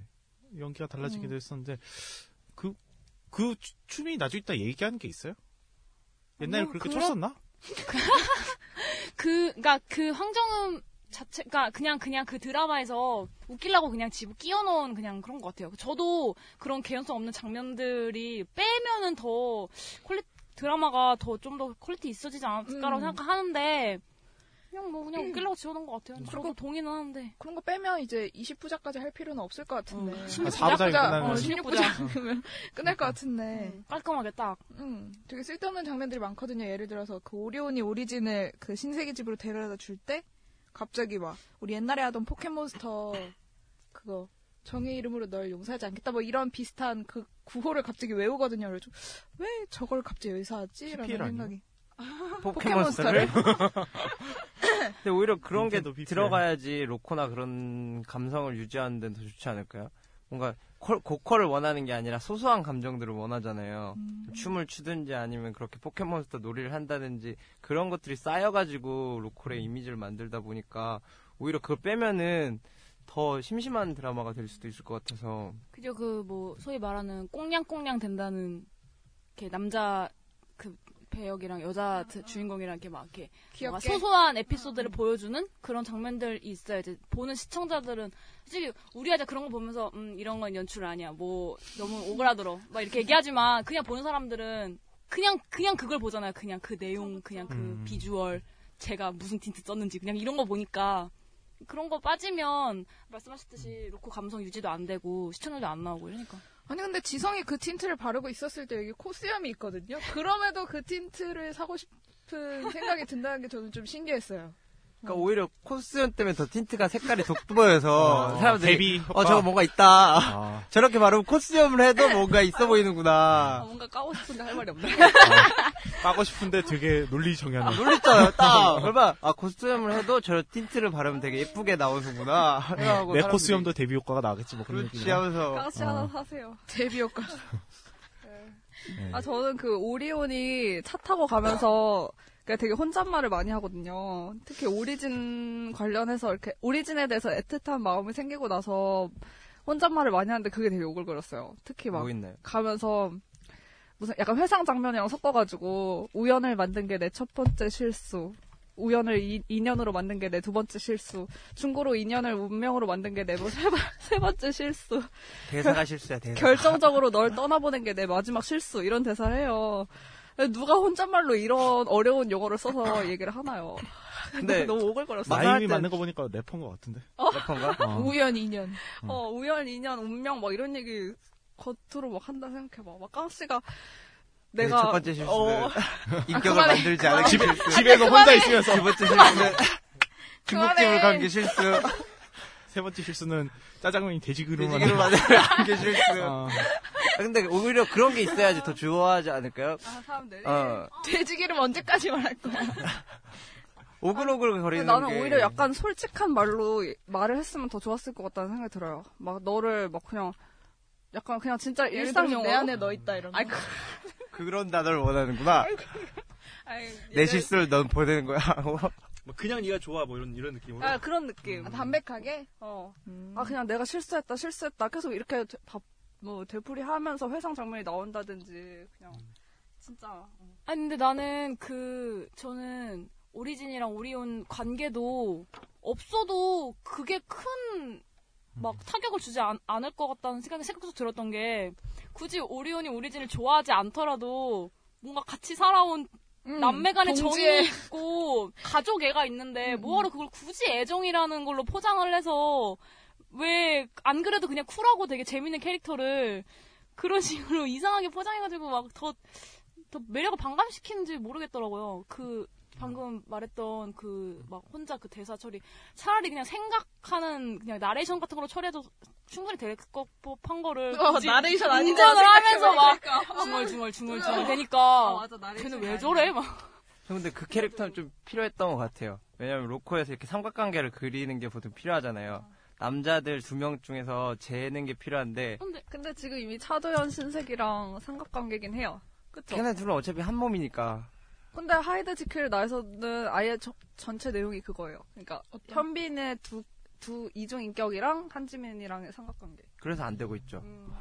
Speaker 4: 연기가 달라지기도
Speaker 7: 음.
Speaker 4: 했었는데 그, 그 추- 춤이 나중에 있다 얘기하는 게 있어요? 옛날에
Speaker 7: 뭐
Speaker 4: 그렇게
Speaker 7: 그렇-
Speaker 4: 췄었나?
Speaker 7: 그 그러니까 그 황정음 자체 그러니까 그냥 그냥 그 드라마에서 웃기려고 그냥 집어 끼워 넣은 그냥 그런 것 같아요. 저도 그런 개연성 없는 장면들이 빼면은 더 퀄리 드라마가 더 좀 더 퀄리티 있어지지 않을까라고
Speaker 5: 음.
Speaker 7: 생각하는데 그냥 뭐 그냥 웃기려고 지어 넣은 것 같아요. 저도 동의는 하는데
Speaker 5: 그런 거 빼면 이제 20부작까지 할 필요는 없을 것 같은데.
Speaker 7: 십육 아, 사부작이 부작? 끝나면.
Speaker 5: 어,
Speaker 7: 어,
Speaker 5: 16부작 면 끝날 것 같은데.
Speaker 7: 깔끔하게 딱.
Speaker 5: 음, 되게 쓸데없는 장면들이 많거든요. 예를 들어서 그 오리온이 오리진을 그 신세계 집으로 데려다 줄 때 갑자기 막 우리 옛날에 하던 포켓몬스터 그거 정의 이름으로 널 용서하지 않겠다 뭐 이런 비슷한 그 구호를 갑자기 외우거든요. 그래서 좀왜 저걸 갑자기 왜 사왔지라는
Speaker 10: PPL 아니에요?
Speaker 5: 생각이.
Speaker 10: 포켓몬스터를? 근데 오히려 그런 게
Speaker 4: 닌텐도 PPL.
Speaker 10: 들어가야지 로코나 그런 감성을 유지하는 데는 더 좋지 않을까요? 뭔가 콜- 고퀄을 원하는 게 아니라 소소한 감정들을 원하잖아요. 춤을 추든지 아니면 그렇게 포켓몬스터 놀이를 한다든지 그런 것들이 쌓여가지고 로컬의 이미지를 만들다 보니까 오히려 그걸 빼면은 더 심심한 드라마가 될 수도 있을 것 같아서
Speaker 7: 그죠 그 뭐 소위 말하는 꽁냥꽁냥 된다는 이렇게 남자 그 배역이랑 여자 드- 주인공이랑 이렇게 막 이렇게 뭔가
Speaker 5: 귀엽게.
Speaker 7: 어, 소소한
Speaker 2: 음.
Speaker 7: 에피소드를 보여주는 그런 장면들이 있어요. 이제 보는 시청자들은 솔직히 우리 아자 그런 거 보면서 음 이런 건 연출 아니야. 뭐 너무 오그라들어. 막 이렇게 얘기하지만 그냥 보는 사람들은 그냥 그냥 그걸 보잖아요. 그냥 그 내용, 그냥 그
Speaker 19: 음.
Speaker 7: 비주얼, 제가 무슨 틴트 썼는지 그냥 이런 거 보니까 그런 거 빠지면 말씀하셨듯이 로코 감성 유지도 안 되고 시청률도 안 나오고 이러니까.
Speaker 5: 아니 근데 지성이 그 틴트를 바르고 있었을 때 여기 코수염이 있거든요. 그럼에도 그 틴트를 사고 싶은 생각이 든다는 게 저는 좀 신기했어요.
Speaker 10: 그러니까 오히려 코스연 때문에 더 틴트가 색깔이 돋보여서
Speaker 4: 아,
Speaker 10: 사람들이
Speaker 4: 대비
Speaker 10: 어
Speaker 4: 효과.
Speaker 10: 저거 뭔가 있다
Speaker 4: 아,
Speaker 10: 저렇게 바르면 코스염을 해도 뭔가 있어 보이는구나
Speaker 2: 아, 뭔가 까고 싶은데 할 말이 없네.
Speaker 4: 까고 싶은데 되게 논리 정연이
Speaker 10: 놀랬잖아요 딱 그러면 아 코스염을 해도 저 틴트를 바르면 되게 예쁘게 나오는구나 생각하고
Speaker 4: 내
Speaker 10: 사람들이
Speaker 4: 코스염도 데뷔 효과가 나겠지 뭐 그런
Speaker 10: 그렇지 아,
Speaker 4: 얘기나.
Speaker 10: 하면서.
Speaker 2: 까치 하나 사세요.
Speaker 5: 데뷔 효과.
Speaker 2: 아 저는 그 오리온이 차 타고 가면서 그러니까 되게 혼잣말을 많이 하거든요. 특히 오리진 관련해서 이렇게 오리진에 대해서 애틋한 마음이 생기고 나서 혼잣말을 많이 하는데 그게 되게 오글거렸어요. 특히 막
Speaker 10: 뭐 있나요?
Speaker 2: 가면서 무슨 약간 회상 장면이랑 섞어가지고 우연을 만든 게 내 첫 번째 실수. 우연을 이, 인연으로 만든 게 내 두 번째 실수. 중고로 인연을 운명으로 만든 게 내뭐 세 번째 실수.
Speaker 10: 대사가 실수야 대사
Speaker 2: 결정적으로 널 떠나보낸 게 내 마지막 실수 이런 대사를 해요. 누가 혼잣말로 이런 어려운 용어를 써서 얘기를 하나요?
Speaker 4: 근데
Speaker 2: 너무 오글거렸어요.
Speaker 4: 마임이 맞는 거 보니까 래퍼인 것 같은데
Speaker 2: 어.
Speaker 4: 래퍼인가?
Speaker 10: 그
Speaker 4: 어.
Speaker 2: 우연 인연. 어 우연 인연 운명 막 이런 얘기 겉으로 막 한다 생각해봐. 막 까씨가
Speaker 10: 내
Speaker 2: 내가
Speaker 10: 네, 첫 번째 실수는
Speaker 2: 어.
Speaker 10: 인격을
Speaker 2: 아, 그만해.
Speaker 10: 만들지 않은
Speaker 2: 집에-
Speaker 10: 실수
Speaker 2: 집에서 혼자 그만해.
Speaker 4: 있으면서.
Speaker 10: 두 번째 실수는
Speaker 2: 그만해.
Speaker 10: 중국집을 간 게 실수
Speaker 4: 세 번째 실수는 짜장면이 돼지그릇 어.
Speaker 10: 돼지기로
Speaker 4: 만든
Speaker 10: 만드는 게 실수 아, 근데 오히려 그런 게 있어야지 더 좋아하지 않을까요?
Speaker 5: 사람들이
Speaker 10: 어.
Speaker 5: 돼지기름 언제까지 말할 거야?
Speaker 10: 오글오글 거리는
Speaker 2: 아, 나는
Speaker 10: 게
Speaker 2: 오히려 약간 솔직한 말로 말을 했으면 더 좋았을 것 같다는 생각이 들어요. 막 너를 막 그냥 약간 그냥 진짜
Speaker 5: 예를
Speaker 2: 일상
Speaker 5: 들어서
Speaker 2: 용어
Speaker 5: 내 안에 너 있다 이런.
Speaker 2: 아니, 그,
Speaker 10: 그런 단어를 원하는구나
Speaker 2: 아니,
Speaker 10: 내 실수를 넌 보내는 거야 하고
Speaker 14: 뭐 그냥 네가 좋아 뭐 이런 이런 느낌으로.
Speaker 2: 아 그런 느낌.
Speaker 5: 담백하게.
Speaker 2: 어.
Speaker 5: 음.
Speaker 2: 아 그냥 내가 실수했다 실수했다 계속 이렇게 되- 밥, 뭐 되풀이하면서 회상 장면이 나온다든지 그냥 진짜.
Speaker 7: 아니 근데 나는 그 저는 오리진이랑 오리온 관계도 없어도 그게 큰 막 타격을 주지 않, 을것 같다는 생각이 생각도 들었던 게 굳이 오리온이 오리진을 좋아하지 않더라도 뭔가 같이 살아온 남매간의
Speaker 5: 음, 동지애.
Speaker 7: 정이 있고 가족 애가
Speaker 5: 음,
Speaker 7: 있는데 뭐하러 그걸 굳이 애정이라는 걸로 포장을 해서 왜 안 그래도 그냥 쿨하고 되게 재밌는 캐릭터를 그런 식으로 이상하게 포장해가지고 막 더 더 매력을 반감시키는지 모르겠더라고요. 그 방금 말했던 그 막 혼자 그 대사 처리 차라리 그냥 생각하는 그냥 나레이션 같은 걸로 처리해도 충분히 될 것 법한 거를
Speaker 5: 어,
Speaker 7: 굳이
Speaker 5: 나레이션 아닌
Speaker 7: 운전을
Speaker 5: 거야,
Speaker 7: 하면서 막
Speaker 5: 생각해보니까. 그러니까.
Speaker 7: 중얼중얼 중얼중얼
Speaker 5: 어.
Speaker 7: 되니까
Speaker 5: 아, 맞아, 나레이션이
Speaker 7: 걔는 왜
Speaker 5: 아니야.
Speaker 7: 저래 막
Speaker 10: 근데 그 캐릭터는 좀 필요했던 것 같아요 왜냐면 로코에서 이렇게 삼각관계를 그리는 게 보통 필요하잖아요. 남자들 두 명 중에서 재는 게 필요한데
Speaker 2: 근데, 근데 지금 이미 차도현 신세기랑 삼각관계긴 해요. 그쵸?
Speaker 10: 걔네 둘은 어차피 한 몸이니까
Speaker 2: 근데 하이드 지킬 나에서는 아예 저- 전체 내용이 그거예요. 그러니까 현빈의 두, 두 이중 인격이랑 한지민이랑의 삼각관계.
Speaker 10: 그래서 안 되고 있죠.
Speaker 2: 음.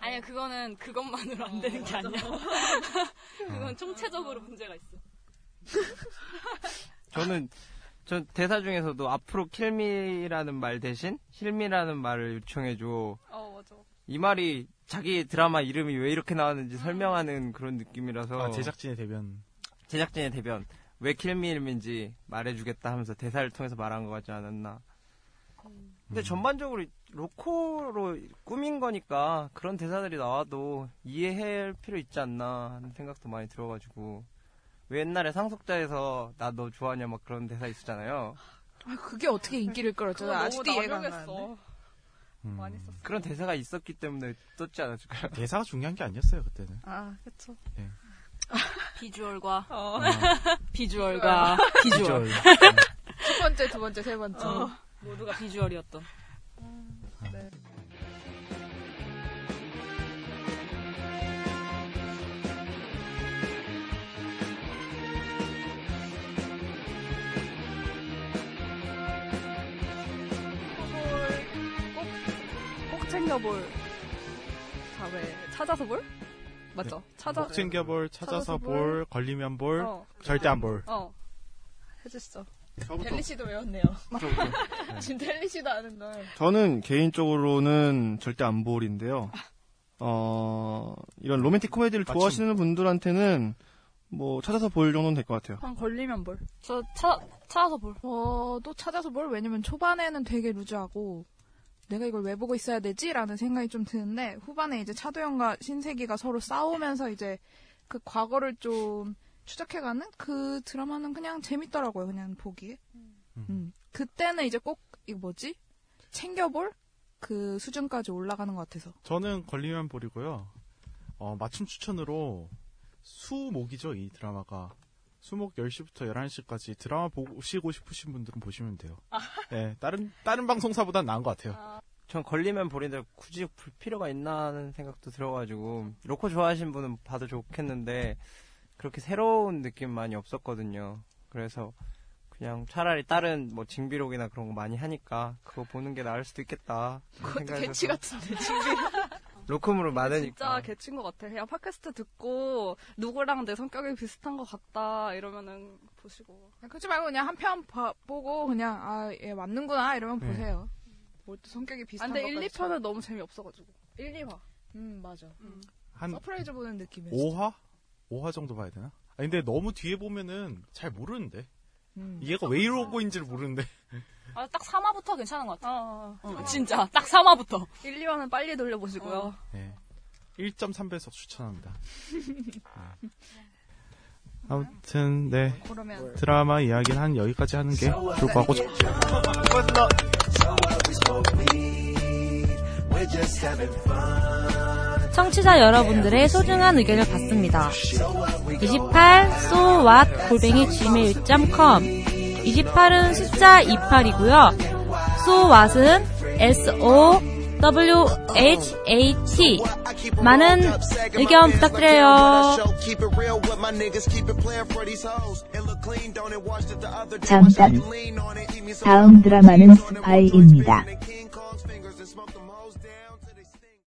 Speaker 18: 아니야 그거는 그것만으로 안 되는 게 아니야. 그건 총체적으로 문제가 있어.
Speaker 10: 저는 전 대사 중에서도 앞으로 킬미라는 말 대신 힐미라는 말을 요청해줘.
Speaker 2: 어 맞아.
Speaker 10: 이 말이 자기 드라마 이름이 왜 이렇게 나왔는지 설명하는 그런 느낌이라서
Speaker 4: 아, 제작진의 대변.
Speaker 10: 제작진의 대변 왜 킬미 이름인지 말해주겠다 하면서 대사를 통해서 말한 것 같지 않았나. 근데 전반적으로 로코로 꾸민 거니까 그런 대사들이 나와도 이해할 필요 있지 않나 하는 생각도 많이 들어가지고 왜 옛날에 상속자에서 나 너 좋아하냐 막 그런 대사 있었잖아요.
Speaker 5: 아, 그게 어떻게 인기를 끌었죠?
Speaker 2: 그거
Speaker 5: 나 아직도
Speaker 2: 너무
Speaker 5: 이해가 안
Speaker 2: 남용했어. 음.
Speaker 5: 가는데.
Speaker 2: 많이 썼어.
Speaker 10: 그런 대사가 있었기 때문에 떴지 않았을까요?
Speaker 4: 대사가 중요한 게 아니었어요 그때는.
Speaker 2: 아 그쵸.
Speaker 4: 예.
Speaker 18: 비주얼과
Speaker 2: 어.
Speaker 5: 비주얼과
Speaker 18: 비주얼과
Speaker 4: 비주얼.
Speaker 18: 비주얼.
Speaker 5: 첫 번째, 두 번째, 세 번째.
Speaker 18: 어, 모두가 비주얼이었던.
Speaker 2: 꼭 챙겨볼. 자, 왜 찾아서 볼? 맞죠? 찾아.
Speaker 4: 네. 꼭 챙겨볼, 찾아서
Speaker 2: 찾아서
Speaker 4: 볼, 걸리면 볼,
Speaker 2: 어.
Speaker 4: 절대 안 볼.
Speaker 2: 어. 해주시죠.
Speaker 4: 저부터.
Speaker 5: 델리 씨도 외웠네요. 지금 델리 씨도 아는 걸.
Speaker 14: 저는 개인적으로는 절대 안 볼인데요.
Speaker 2: 아.
Speaker 14: 어, 이런 로맨틱 코미디를
Speaker 2: 마침.
Speaker 14: 좋아하시는 분들한테는 뭐 찾아서 볼 정도는 될 것 같아요.
Speaker 5: 한 걸리면 뭘?
Speaker 18: 저 찾아, 찾아서 뭘?
Speaker 5: 어, 또 찾아서 뭘? 왜냐면 초반에는 되게 루즈하고 내가 이걸 왜 보고 있어야 되지라는 생각이 좀 드는데 후반에 이제 차도현과 신세기가 서로 싸우면서 이제 그 과거를 좀 추적해가는 그 드라마는 그냥 재밌더라고요. 그냥 보기에. 음. 그때는 이제 꼭 이거 뭐지? 챙겨볼 그 수준까지 올라가는 것 같아서.
Speaker 4: 저는 걸리면 볼이고요. 어, 맞춤 추천으로 수목이죠 이 드라마가. 수목 10시부터 11시까지 드라마 보시고 싶으신 분들은 보시면 돼요.
Speaker 10: 아.
Speaker 4: 네, 다른 다른 방송사보단 나은 것 같아요.
Speaker 10: 전 걸리면 볼인데 굳이 볼 필요가 있나 하는 생각도 들어가지고 로코 좋아하시는 분은 봐도 좋겠는데 그렇게 새로운 느낌 많이 없었거든요. 그래서 그냥 차라리 다른 뭐 징비록이나 그런 거 많이 하니까 그거 보는 게 나을 수도 있겠다.
Speaker 2: 그
Speaker 10: 네,
Speaker 2: 개치 같은데 준비.
Speaker 10: 로컴으로 많으니까
Speaker 2: 진짜 개친 것 같아. 그냥 팟캐스트 듣고 누구랑 내 성격이 비슷한 것 같다 이러면은 보시고. 아,
Speaker 5: 그러지 말고 그냥 한 편 보고 그냥 아, 얘 맞는구나 이러면
Speaker 4: 네.
Speaker 5: 보세요. 뭘 또 성격이
Speaker 18: 아,
Speaker 5: 비슷한
Speaker 2: 안 돼, 1,
Speaker 5: 것까지
Speaker 2: 2편은 너무 재미없어가지고. 1, 2화.
Speaker 5: 음, 맞아.
Speaker 4: 한
Speaker 5: 서프라이즈 보는 느낌이야. 진짜.
Speaker 4: 5화? 5화 정도 봐야 되나? 아, 근데 너무 뒤에 보면은 잘 모르는데.
Speaker 5: 음.
Speaker 4: 얘가 왜 이러고 있는지를 모르는데.
Speaker 18: 아, 딱 3화부터 괜찮은 것 같아. 어, 진짜 딱 3화부터.
Speaker 2: 1, 2화는 빨리 돌려보시고요.
Speaker 4: 1.3배속 추천합니다. 아무튼 네
Speaker 2: 그러면-
Speaker 4: 드라마 이야기는 한 여기까지 하는 게 좋을 것 같고
Speaker 20: But look, so what we supposed to be, we're just having fun.
Speaker 21: 청취자 여러분들의 소중한 의견을 받습니다. 28 so what 골뱅이 gmail.com 28은 숫자 28이고요. so what은 s o w h a t 많은 의견 부탁드려요.
Speaker 20: Keep it real with my niggas, keep it playing for these hoes. It look clean, don't it? Watched it the other day.
Speaker 22: 잠깐. 다음 드라마는 스파이입니다.